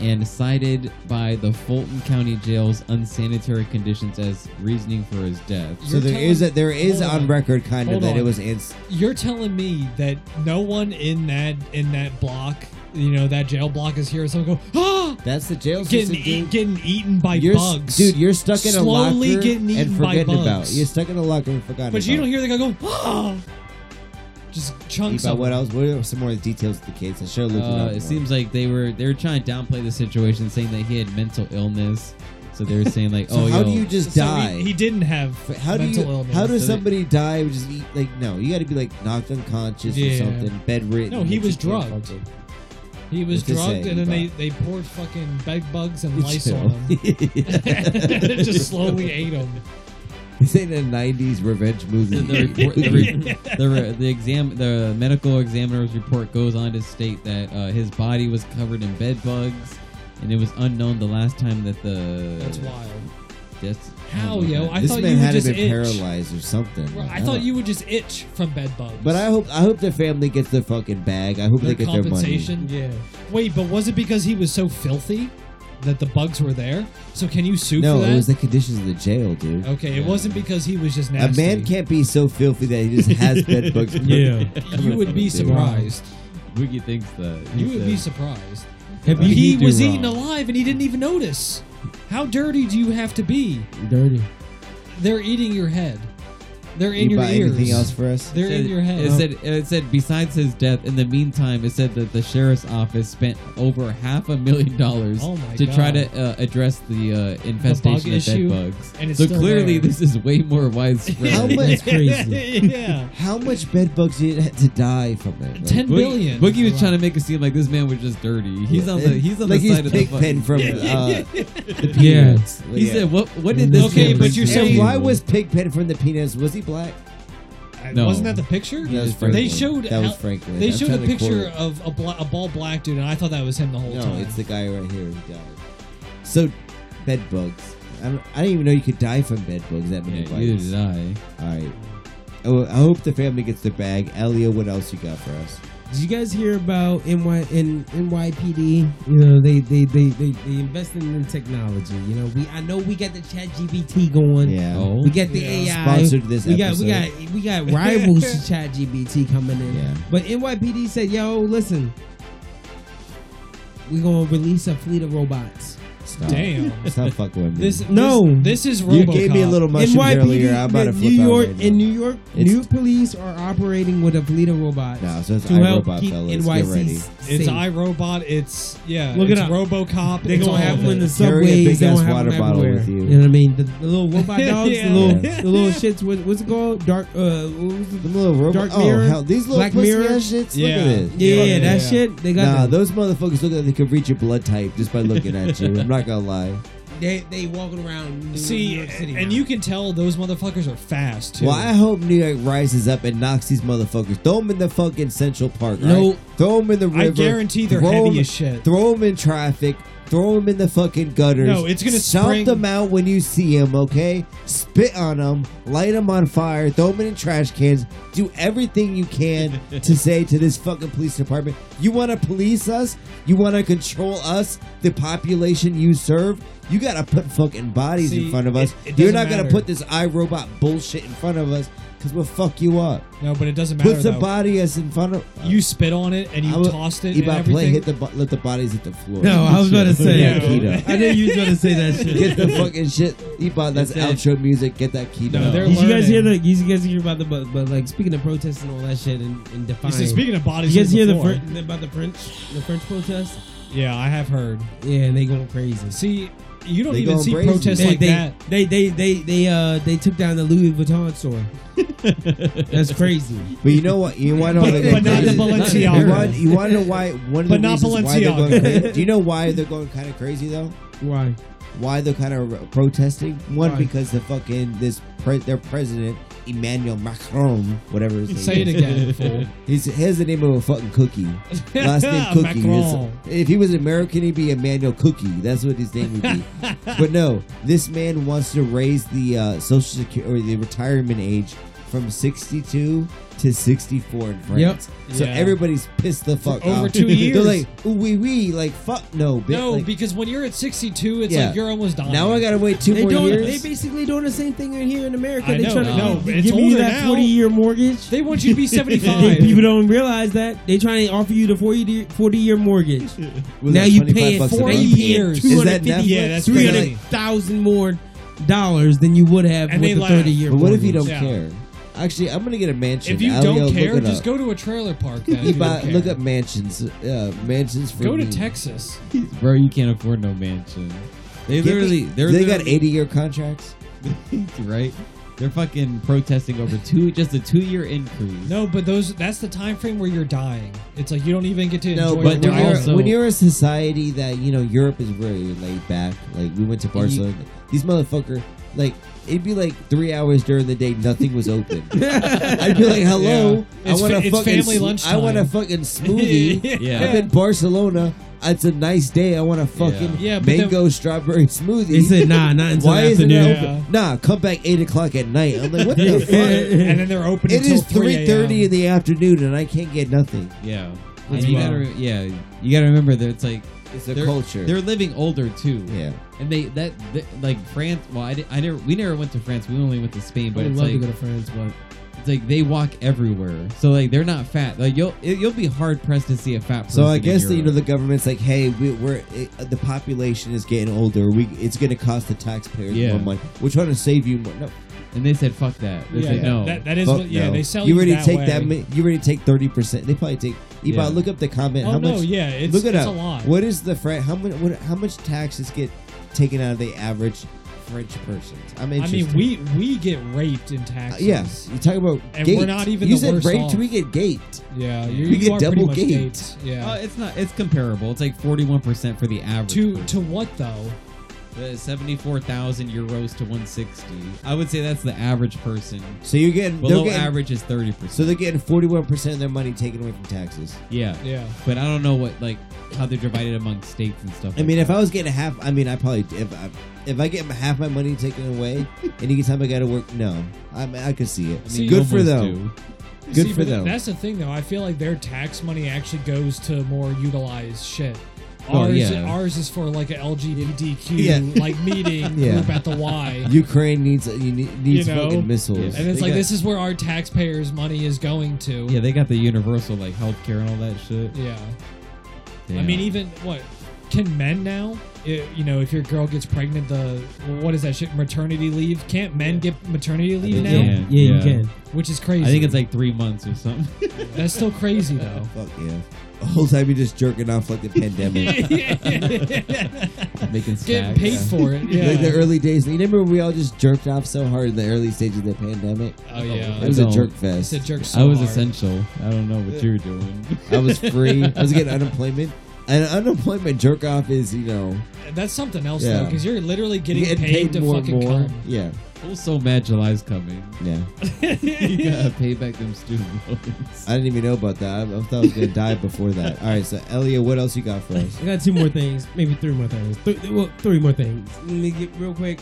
and cited by the Fulton County Jail's unsanitary conditions as reasoning for his death. so You're there telling- is a, there is hold on, on. record kind of Hold that it on. was ins- You're telling me that no one in that in that block, you know, that jail block is here. Someone go, ah, That's the jail getting system, eat, dude. getting eaten by You're s- bugs, dude, you're stuck in a Slowly locker getting and eaten by forgetting about. bugs. You're stuck in a locker and forgotten. But you about. don't hear the guy go, ah. Just chunks About of what it. else? What are some more details of the case? I should have looked it Uh, up. more. it seems like they were they were trying to downplay the situation, saying that he had mental illness. So they were saying (laughs) like, So "Oh, how yo, do you just So die? He, he didn't have But how do mental you? illness. How does So they- somebody die? With just eat, like no, you got to be like knocked unconscious Yeah. or something, bedridden. No, he that you was can't drugged. function. he was what they drugged, say, and then they, but- they poured fucking bed bugs and You lice chill. on (laughs) him. (laughs) and it just slowly ate him. This ain't a '90s revenge movie. (laughs) the, report, (laughs) the, re- the, re- the exam the medical examiner's report goes on to state that uh, his body was covered in bed bugs, and it was unknown the last time that the That's wild. That's, How, oh my yo? God. I this thought man you would had to just been itch. paralyzed or something. Bro, Like, I thought don't- you would just itch from bed bugs. But I hope I hope their family gets their fucking bag. I hope Their they get their money. compensation. Yeah. Wait, but was it because he was so filthy that the bugs were there? So can you sue No, for that? it was the conditions of the jail, dude. okay, it Yeah. wasn't because he was just A nasty. man can't be so filthy that he just (laughs) has bed bugs. Yeah. You would be Dude. surprised. Wiggy thinks that You would be surprised. Have you- He do was wrong. eaten alive and he didn't even notice. How dirty do you have to be? Dirty. They're eating your head. They're in You your buy ears. anything else for us? They're in your head. It said, it said, besides his death, in the meantime, it said that the sheriff's office spent over half a million dollars Oh my to try God. to uh, address the uh, infestation of issue, bed bugs. and it's so still clearly, there. this is way more widespread. (laughs) How much- That's crazy. (laughs) yeah. How much bed bugs did it have to die from it? Like, Ten Boogie, billion. Boogie was trying to make it seem like this man was just dirty. He's on the he's on like the he's side of the Pigpen fucking. from uh, the Yeah. Peanuts. Like, He yeah. said, "What? What did this?" Okay, man but bring you're to the saying- And why table?" was Pigpen from the Peanuts? Was he black? No. Wasn't that the picture? That was they Franklin. showed That was Al- Franklin. They I'm showed a trying to picture quote. of a, bla- a bald black dude, and I thought that was him the whole No, time. it's the guy right here who died. So, bed bugs. I, don't, I didn't even know you could die from bed bugs. That many Yeah, bites. neither did I. All right. Oh, I hope the family gets their bag. Elia, what else you got for us? Did you guys hear about NY in NYPD? You know, they they they they, they invested in technology. You know, we I know we got the Chat GBT going. Yeah. Oh. We got the Yeah. AI. Sponsored this we episode. got we got we got rivals (laughs) to Chat GBT coming in. Yeah. But NYPD said, "Yo, listen, we're gonna release a fleet of robots." Stop. Damn. Stop fucking with me. (laughs) This No. This, this is you RoboCop. gave me a little mushroom earlier. I'm about to New flip out York, right now. in New York, It's- new police are operating with a fleet of robots No, so it's to help iRobot, keep fellas. Get ready. NYC It's safe. iRobot. It's yeah. Look it it's up. RoboCop. They're it's gonna all have of them in it. the Carry a subways. They're big-ass gonna have water them bottle everywhere. with you. know what I mean? The, the little robot (laughs) dogs, Yeah. the little, Yeah. the little shits. What, what's it called? Dark. Uh, what was it? Them little robot. Dark oh, Mirror, hell, these little Black pussy Mirror. ass shits. Look Yeah. at this. Yeah, Yeah. that Yeah. shit. They got. Nah, them. those motherfuckers look like they could read your blood type just by looking at you. I'm not gonna lie. they they walking around. New, New See, York City and now. you can tell those motherfuckers are fast too. Well, I hope New York rises up and knocks these motherfuckers. Throw them in the fucking Central Park. No. right? throw them in the river. I guarantee they're throw heavy 'em- as shit. Throw them in traffic. Throw them in the fucking gutters. No, it's gonna stomp spring- them out when you see them. Okay, spit on them, light them on fire, throw them in trash cans. Do everything you (laughs) can to say to this fucking police department, you want to police us, you want to control us, the population you serve. You gotta put fucking bodies See, in front of us. it- it You're not doesn't gonna matter. put this iRobot bullshit in front of us because we'll fuck you up. no, but it doesn't matter. Put some though. bodies in front of you spit on it and you I would- tossed it. You and about to play? everything. Hit the bo- let the bodies hit the floor. No, I was about to say. Yeah, Keto. I knew you was gonna say that shit. (laughs) Get (laughs) the fucking shit. Ebot, that's That's outro music. Get that keto. No, they're Did you guys learning. hear the? You guys hear about the? But, but like speaking of protests and all that shit and, and You defying. said, speaking of bodies, you guys on hear the floor, French, about the French the French protest? Yeah, I have heard. Yeah, and they going crazy. See, you don't They even going see brazen. protests they, like they, that. They they they they uh they took down the Louis Vuitton store. (laughs) That's crazy. but you know what? You want to know But- why they're but going not the crazy? You want, Balenciaga. you want to know why? One of But the not reasons why they're Balenciaga. going crazy. Do you know why they're going kind of crazy though? Why? Why they're kind of protesting? One Why? because the fucking this pre- their president Emmanuel Macron, whatever his name Say it is. (laughs) again, fool. He's, he has the name of a fucking (laughs) cookie. Last name Cookie. Macron. It's- If he was American, he'd be Emmanuel Cookie. That's what his name would (laughs) be. but no, this man wants to raise the uh, social security or the retirement age from 62 to 64 in France. So Yeah. everybody's pissed the fuck over off. two (laughs) years. They're like, ooh, wee wee, like fuck no, bitch. No, Like, because when you're at 62, it's Yeah. like you're almost dying. now I gotta wait two They more doing years. they basically doing the same thing in here in America. I they know, trying to no, give, it's give you older that now. forty year mortgage. They want you (laughs) to be They- 75. people don't realize that they trying to offer you the 40 year, 40 year mortgage. Was now that you 25 paying bucks a 40 month? years, Is that 250, Netflix? Yeah, that's three crazy. hundred thousand more dollars than you would have And they with the laugh. thirty year. But what if you don't Yeah. care? Actually, I'm gonna get a mansion. If you I'll don't look care, it just up. go to a trailer park. Then, if You you buy- don't care. look up mansions. Uh, mansions for Go to me. Texas. Bro, you can't afford no mansion. They Give me- literally, they're they got literally- 80 year contracts. right? They're fucking protesting over two, just a two-year increase. No, but those that's the time frame where you're dying. It's like you don't even get to No, enjoy but your when I you're, life. also- when you're a society that you know Europe is really laid back. Like we went to And you- Barcelona. These motherfucker, like it'd be like three hours during the day, nothing was (laughs) open. I'd be like, hello, Yeah. It's I want fa- a it's fucking family sm- lunchtime." I want a fucking smoothie. (laughs) Yeah. I'm in Barcelona. It's a nice day. I want a fucking Yeah, but mango strawberry smoothie. They said, nah, not until Why the isn't it afternoon. open? Nah, come back eight o'clock at night. I'm like, what (laughs) the fuck? and then they're open It until is three thirty in the afternoon, and I can't get nothing. Yeah, As And you well. gotta, re- yeah, you gotta remember that it's like It's a they're- culture. They're living older too. yeah. and they that th like France. Well, I, di- I never we never went to France. We only went to Spain, I but would it's love like to go to France, but it's like they walk everywhere. So like they're not fat. Like you'll it, you'll be hard pressed to see a fat. person So I in guess that, you know Europe. the government's like, hey, we, we're it, the population is getting older. We it's going to cost the taxpayers Yeah. more money. We're trying to save you more. No, and they said fuck that. They Yeah, said no. that, that is fuck what. Yeah, no. they sell you you already that take way. that. mi- You already take thirty percent. They probably take. Eba, Yeah. look up the comment. Oh how no, much? yeah, it's, look it it's up. a lot. What is the French? How much? What, how much taxes get taken out of the average French person? I'm I interested. mean, we we get raped in Uh, taxes. yes, you talk about And gate. we're not even you the said worst raped, off. we get gaped. yeah, you, We you get are double pretty much gaped. gaped. Yeah. Uh, it's not. It's comparable. It's like forty-one percent for the average. to person. to what though? The 74,000 euros to 160. I would say that's the average person. So you're getting Below they're getting, average is 30%. So they're getting forty one percent of their money taken away from taxes. yeah. Yeah. But I don't know what, like, how they're divided among states and stuff. I like mean, if that. I was getting half, I mean, I probably if I, if I get half my money taken (laughs) away, any time I got to work, no, I mean, I could see it. I mean, good for almost them. do. Good See, for but them. That's the thing, though. I feel like their tax money actually goes to more utilized shit. Well, ours, yeah. ours is for like an Oh, (laughs) LGBTQ Yeah. like meeting Yeah. group at the (laughs) Y. Ukraine needs you need, needs You know? fucking missiles, Yeah. and it's They like got- this is where our taxpayers' money is going to. Yeah, they got the universal, like, healthcare and all that shit. Yeah. I Damn. mean, even what can men now? i you know, if your girl gets pregnant, the what is that shit? Maternity leave? Can't men get maternity think leave now? they yeah, Yeah, yeah, you yeah. can. Which is crazy. I think it's like three months or something. that's still (laughs) crazy though. (laughs) Fuck yeah! The whole time you're just jerking off like the pandemic, Making Getting stacks. paid for it. Yeah. like the early days. You remember when we all just jerked off so hard in the early stages of the pandemic? (laughs) oh yeah. It was a don't. jerk It's fest. a jerk. So I was hard. essential. I don't know what you (laughs) were doing. I was free. I was getting unemployment. And unemployment jerk off is you know That's something else Yeah. though, because you're literally getting, getting paid, to more and fucking more. come. Yeah, also, Mad July's coming. yeah. You gotta pay back them student loans. I didn't even know about that. I, I thought I (laughs) was gonna die before that. All right, so Elia, what else you got for us? I got (laughs) two more things, maybe three more things. Th- well, three more things. Let me get real quick.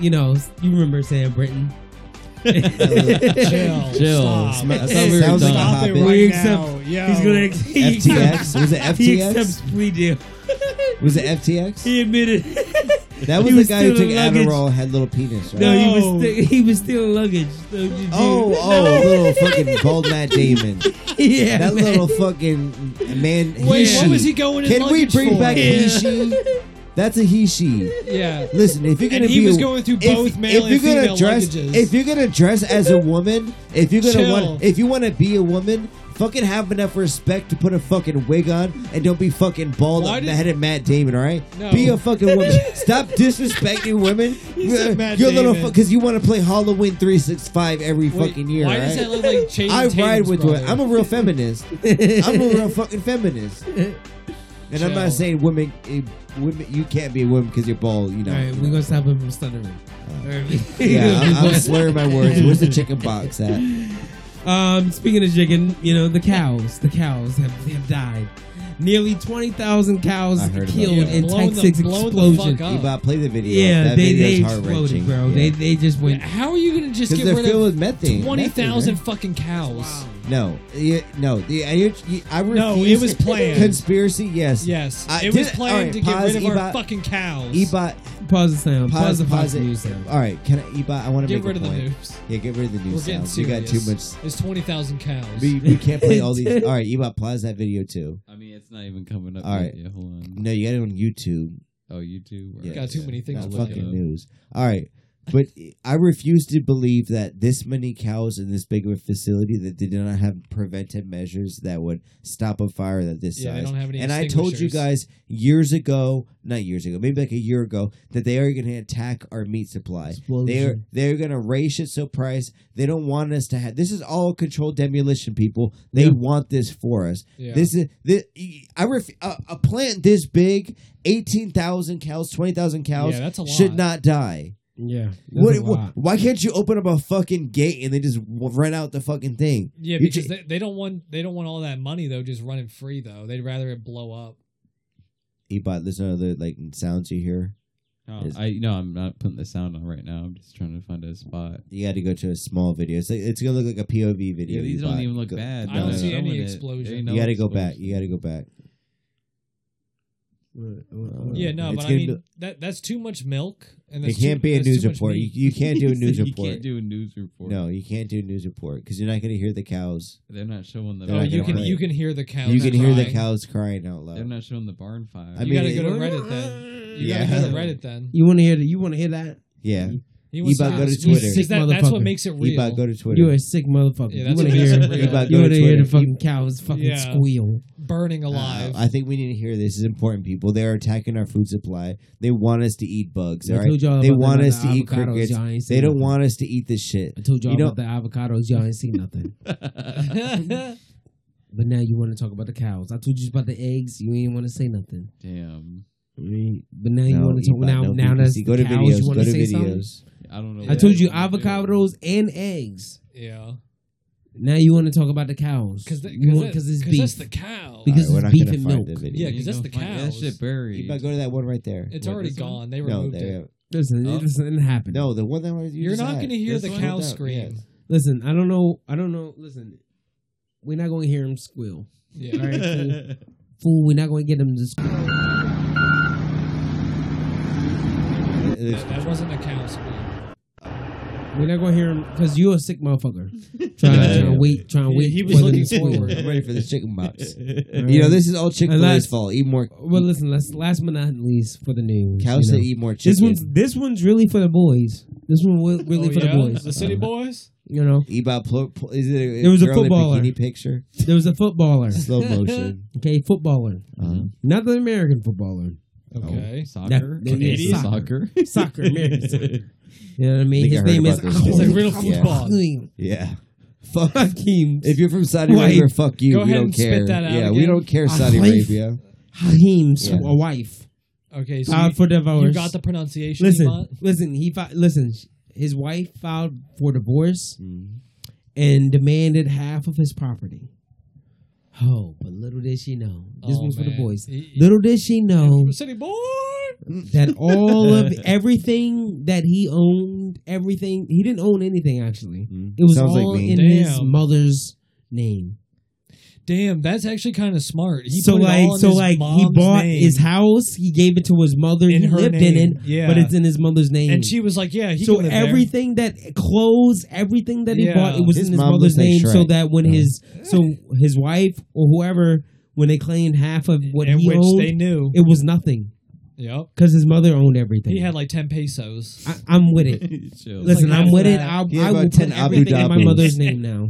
You know, you remember (laughs) Sam Britton? (laughs) Chill. Jill. Stop. Sma- I thought we were Sounds like a done. Stop it hobbit. right He now. accepts- Yo. He's gonna ex- (laughs) he accepts- FTX was it (laughs) He FTX? accepts plea deal. Was it FTX? (laughs) he admitted. That was He the was guy who still took in luggage. Adderall had little penis, right? No, he No. was still, he was still luggage. So you do- Oh, (laughs) oh, little fucking bald Matt Damon. yeah, That man. little fucking man. Wait, he, what she. was he going in Can we luggage bring for? back Yeah. he she? That's a he she. Yeah. Listen, if you're And gonna he be was a- going through if- both male and you're female gonna dress, luggages. If you're gonna dress as a woman, if you're gonna Chill. want, if you want to be a woman, fucking have enough respect to put a fucking wig on and don't be fucking bald on Why the did- head of Matt Damon. All right, No. be a fucking (laughs) woman. Stop disrespecting women. He said Matt you're a little Damon. because you want to play Halloween three six five every Wait, fucking year. Why all does right? that look like Channing I ride Tatum's with brother? women. I'm a real (laughs) feminist. I'm a real fucking feminist. And I'm Chill. not saying women, eh, women, you can't be a woman because you're bald. You know. All right, you we're know. gonna stop him from stuttering. (laughs) Yeah, (laughs) I'm, I'm slurring my words. Where's the chicken box at? Um, speaking of chicken, you know the cows. The cows have, have died. Nearly twenty thousand cows I heard about killed that. in Blown the- Texas blown the explosion. fuck up. Ebot, play the video. yeah, that they, video they is heart exploded, wrenching, bro. Yeah. They they just (laughs) went. How are you gonna just 'Cause get they're rid filled of with methane. twenty thousand Methane, fucking cows? No, yeah, no, the, I, you- I refuse. No, it was planned. Conspiracy, yes, Yes, I it was did- planned alright, to get pause, rid of Ebot. our fucking cows. Ebot, Pause the sound. Pause, pause, the Fox pause it. News sound. All right, can I, Ebot? I want to get make rid a of the point. news. Yeah, get rid of the We're news. getting sounds. serious. We got too much. It's twenty thousand cows. We, we can't play (laughs) all these. All right, Ebot, pause that video too. I mean, it's not even coming up. All yet. right. Yeah, hold on. No, you got it on YouTube. Oh, YouTube. Yeah. Got too many things Not to look fucking at. news. All right, But I refuse to believe that this many cows in this big of a facility that did not have preventive measures that would stop a fire that this Yeah, size. they don't have any and I told you guys extinguishers. years ago, not years ago, maybe like a year ago, that they are going to attack our meat supply. They are Explosion. they're going to raise it so price. They don't want us to have. This is all controlled demolition, people. They Yeah. want this for us. Yeah. This is this, I ref, a, a plant this big, eighteen thousand cows, twenty thousand cows, Yeah, that's a should lot. not die. Yeah. What, What, a wh- lot. why can't you open up a fucking gate and they just w- rent out the fucking thing? Yeah, You because ca- they, they don't want they don't want all that money though just running free though. They'd rather it blow up. Uh, Ebot, there's no other like sounds you hear. Oh, Is- I no, I'm not putting the sound on right now. I'm just trying to find a spot. You got to go to a small video. It's, like, it's gonna look like a POV video. Yeah, these don't Ebot. even look Go- bad. I don't that see I'm any showing it. explosion. There ain't You no got to go back. explosion. You got to go back. Yeah, no, It's but gonna I mean be- that that's too much milk and It that's can't too- be a that's too news much report. You, meat. you can't do (laughs) a news you report. can't do a news report. no, you can't do a news report because you're not going to hear the cows. they're not showing the. No, Oh, barn you can fire. you can hear the cows. you can hear the crying. cows crying out loud. They're not showing the barn fire. I You mean, gotta it- go to Reddit then. You Yeah. gotta go to Reddit then. You want to hear that? You want to hear that? yeah, He wants Ebot, to go to hear- Twitter. because That, that's what Motherfucker. makes it real. Ebot, go to Twitter. You're a sick motherfucker. Yeah, you that's want what to makes hear? it real. Ebot, go You want to to hear Twitter. the fucking cows fucking Yeah. squeal? Burning alive. Uh, I think we need to hear this. This is important, people. They are attacking our food supply. They want us to eat bugs. I All right, told y'all they about that want about us the to eat avocados, crickets. y'all ain't seen They don't nothing. want us to eat this shit. I told y'all You know- about the avocados. Y'all ain't seen nothing. but now you want to talk about the cows. I told you about the eggs. You ain't want to say nothing. (laughs) Damn, I mean, but now you No, want to talk Ebot, now. no now PPC. that's go to the cows. videos. you Go want to to say something. videos. I don't know. I what told you they're gonna do. avocados and eggs. (laughs) yeah, Now you want to talk about the cows because You want- it's beef. that's the cow. Because All right, it's we're not gonna beef and find milk. the video. Yeah, You because that's go the find- cows. That shit buried. Ebot, go to that one right there. It's What, already this one? gone. They no, removed it. there. Listen, Oh. it doesn't it didn't happen. No, the one that was. you You're just not had. going to hear This the one? cow Hold up, scream. listen. I don't know. I don't know. Listen, we're not going to hear him squeal. Yeah. All right, fool. (laughs) (laughs) fool, we're not going to get him to squeal. That, that wasn't a cow scream. We're not going to hear him because you're a (laughs) sick motherfucker. Trying to wait. Trying to wait. He was for them looking to squeal. forward. I'm ready for the chicken (laughs) box. All You know, right. this is all Chick Fil A's Unless- fault. Eat more Well, listen. Last, last but not least, for the news. cows (laughs) you know. that eat more chicken. This one's this one's really for the boys. This one (laughs) wa- really Oh, for yeah? the boys. The Uh-huh. city boys? You know, Ebot, pl- pl- is it a, There was a girl in footballer. bikini picture? there was a footballer. (laughs) Slow motion. Okay, footballer, Uh-huh. not the American footballer. Okay. Soccer, That- that is Canadian soccer. (laughs) soccer. (laughs) Soccer, (laughs) American soccer. You know what I mean? Think I His heard name about is this story. It's like real football. Hakeem. Yeah. (laughs) Fuck Hakeem. If you're from Saudi Wait. Arabia, fuck you. Go we ahead don't and care. spit that out yeah, we again. don't care Ah, Saudi wife. Arabia. Hakeem's Yeah. a wife. Okay, so Filed you, for divorce. you got the pronunciation listen, you want? listen. He fi- listen. His wife filed for divorce Mm. and demanded half of his property. Oh, but little did she know. This Oh, one's for the man. boys. He- Little did (laughs) she know City boy! that all of everything that he owned, everything he didn't own anything actually. Mm. It was Sounds like all me. in his Damn. mother's name. Damn, that's actually kind of smart. He so put it all like, in so his like, he mom's bought name. his house. He gave it to his mother. In he her lived in name, it, yeah. but it's in his mother's name. And she was like, yeah, he so can live there. everything that clothes, everything that he Yeah. bought, it was His in his mom mother's looks like name. so Shrek. that when Yeah. his so his wife or whoever, when they claimed half of what in he which owned, they knew. it was nothing yep. because his mother owned everything. He had like 10 pesos. I, (laughs) I'm with it. Chill. (laughs) Listen, Like I'm half with of it. that. I'll, Yeah, I about will 10 put everything in Abu my Dhabis. mother's (laughs) name now.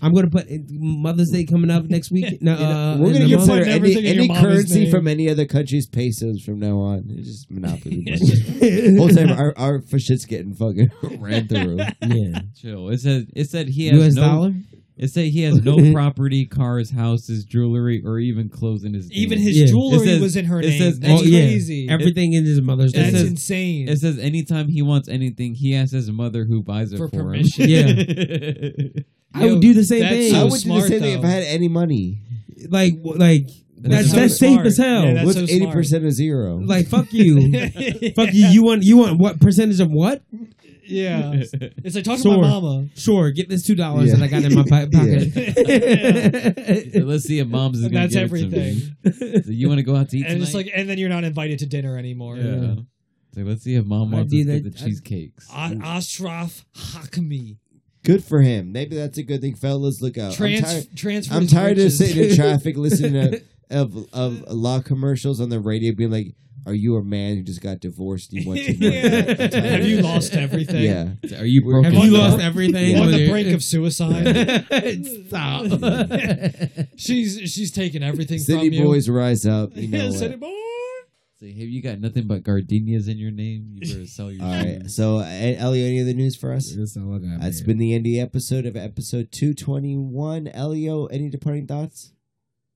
I'm gonna put it- Mother's Day coming up (laughs) next week. No, uh, We're gonna in the give get month. mother- rid of everything any, in your any mama's currency name. from any other country's pesos from now on. It's just (laughs) monopoly. money. Whole time our our for shit's getting fucking ran through. (laughs) Yeah, Chill. It said it said he has U.S. no. dollar. It said he has (laughs) no property, cars, houses, jewelry, or even clothes in (laughs) his. Even name. his Yeah. jewelry It says- was in her it name. says- that's Oh, yeah. crazy. Everything in his mother's that's name. says- insane. It says anytime he wants anything, he asks his mother who buys it For for, permission. (laughs) yeah, him. I would do the same that's thing. So I would do smart, the same thing if though. I had any money. (laughs) like like that's so that's safe smart. as hell. Yeah, that's What's so eighty smart. percent of zero? like (laughs) fuck you, fuck you. You want you want what percentage of what? Yeah. (laughs) It's like, talk to Sure. my mama. Sure, get this two dollars Yeah. that I got in my po- pocket. (laughs) So let's see if mom's is gonna That's get It everything. to me. So you want to go (laughs) out to eat And it's tonight? like, and then you're not invited to dinner anymore. yeah. So let's see if mom I wants do us to get that- the cheesecakes. Mm. A- Ashraf Hakami. Good for him. Maybe that's a good thing, fellas. Look out. I'm Trans- tired. transfer. I'm his tired of (laughs) riches. sitting in traffic listening to of of law commercials on the radio being like, "Are you a man who just got divorced? Do you want to (laughs) Yeah. Have you lost everything? Yeah, Are you We're- broken? Have you up? lost everything? On Whether- the brink of suicide. (laughs) Stop. (laughs) she's she's taking everything city from you. boys rise up. You know Yeah, what? (laughs) city boy. Say, have you got nothing but gardenias in your name? You better sell (laughs) your All right. shoes. So, uh, Elliot, any other news for us? That's all I got. That's (laughs) man. been the end of the episode of episode 221. Elio, any departing thoughts?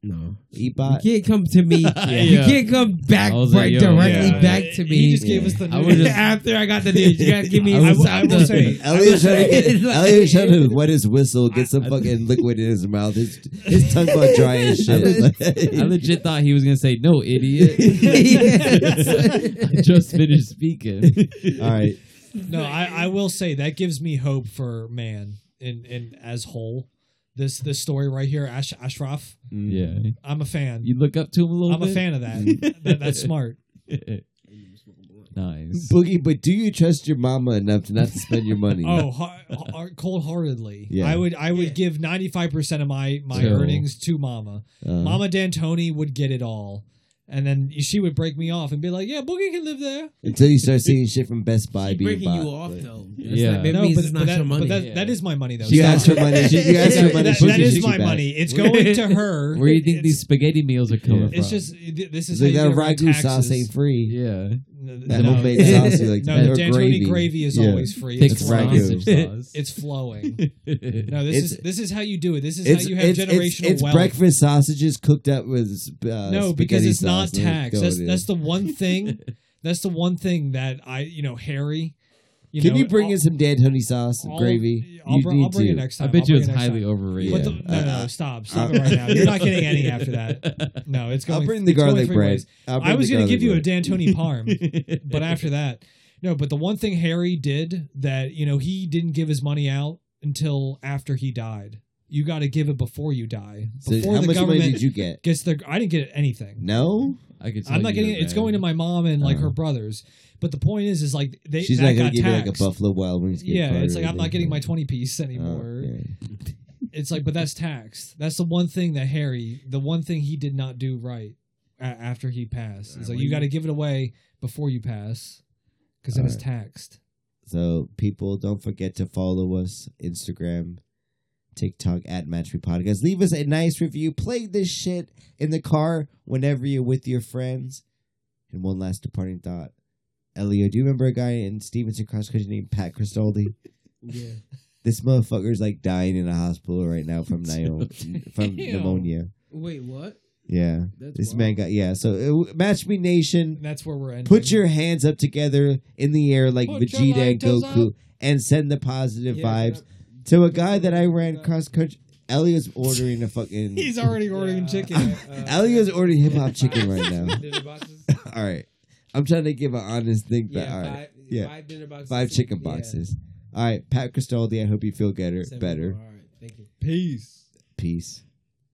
no. Ebot? You can't come to (laughs) me. You Yeah. can't come back I was right like, yo, directly yeah. back to me. He just gave us the I news. would've just- After I got (laughs) the news, you gotta give me. I some will- I will time. (laughs) say- (laughs) Elliot's trying to get It's like- Elliot's trying to wet his whistle, get some (laughs) fucking liquid in his mouth. His, his tongue got dry as (laughs) shit. I legit thought he was gonna say no, (laughs) idiot. (laughs) I just (laughs) finished speaking. All right. No, I, I will say that gives me hope for man in in as whole. This this story right here, Ash, Ashraf. Yeah, I'm a fan. you look up to him a little I'm bit. a fan of that. that that's smart. Nice. Boogie, but do you trust your mama enough to not to spend your money? (laughs) Oh, har- har- cold heartedly. Yeah. I would I would give 95 percent of my my To- earnings to Mama. Uh, Mama D'Antoni would get it all, and then she would break me off and be like, "Yeah, Boogie can live there." Until you start seeing shit from Best Buy Keep being breaking bought. you off But- though. Yeah. yeah, that no, means but, it's but not that, your money. But that, Yeah. that is my money though. You Stop. asked for money. She, you asked for money. (laughs) That- she that gives you is my back. money. It's going to her. Where do you think It's- these spaghetti meals are coming from? It's just this It's is like how that you get around ragu sauce taxes. ain't free. yeah, That no, homemade sauce, you like (laughs) no, that, the or D'Antoni gravy. gravy. is Yeah. always free. thick It's, flowing. ragu. sausage sauce. (laughs) it's flowing. (laughs) No, this It's- is this is how you do it. This is It's, how you have it's, generational it's, it's wealth. breakfast sausages cooked up with uh, no, because spaghetti it's not sauce. Let's taxed. go, That's dude. that's (laughs) the one thing. That's the one thing that I you know Harry. You Can know, you bring I'll- (laughs) in some D'Antoni sauce and I'll- gravy? I'll, you bring, need I'll bring to. Uh, it next I time. bet I'll you bring it's it next highly time. overrated. But the, no, no, stop, stop it right now. You're not (laughs) getting any after (laughs) that. No, it's going. I'll bring the it's going garlic three bread. ways. I'll bring I was the going to garlic give you a bread. (laughs) D'Antoni Parm, but after that, no. But the one thing Harry did that you know he didn't give his money out until after he died. You got to give it before you die. So Before how the much money government did you get? gets their, I didn't get anything. No, I could tell I'm not you getting that, it. It's man. going to my mom and like Uh-huh. her brothers. But the point is, is like they she's that not gonna got give you like a taxed. Buffalo Wild Wings. gift Yeah, card it's or like I'm not anything. Uh, getting my 20 piece anymore. Okay. It's like, but that's taxed. That's the one thing that Harry, the one thing he did not do right a- after he Uh, passed. It's like you got to give it away before you pass, because then it's taxed. So people, don't forget to follow us Instagram, TikTok at Match Me Podcast. Leave us a nice review. Play this shit in the car whenever you're with your friends. And one last departing thought, Elio, do you remember a guy in Stevenson cross country named Pat Cristaldi? Yeah. This motherfucker's like dying in a hospital right now from nio- from Ew. pneumonia. Wait, what? Yeah, That's this wild. man got yeah. So uh, Match Me Nation. And that's where we're ending. Put your hands up together in the air like Put your Vegeta and lighters Goku up. and send the positive Yeah, vibes that- to a guy that I ran cross country. Elliot's ordering a fucking. He's already ordering Yeah, chicken. (laughs) uh, Elliot's ordering hip hop chicken right now. Dinner boxes. (laughs) All right. I'm trying to give an honest thing, but all right. five, Yeah. five dinner boxes. Five chicken Yeah. boxes. All right. Pat Cristaldi, I hope you feel better. Seven. better. All right, thank you. Peace.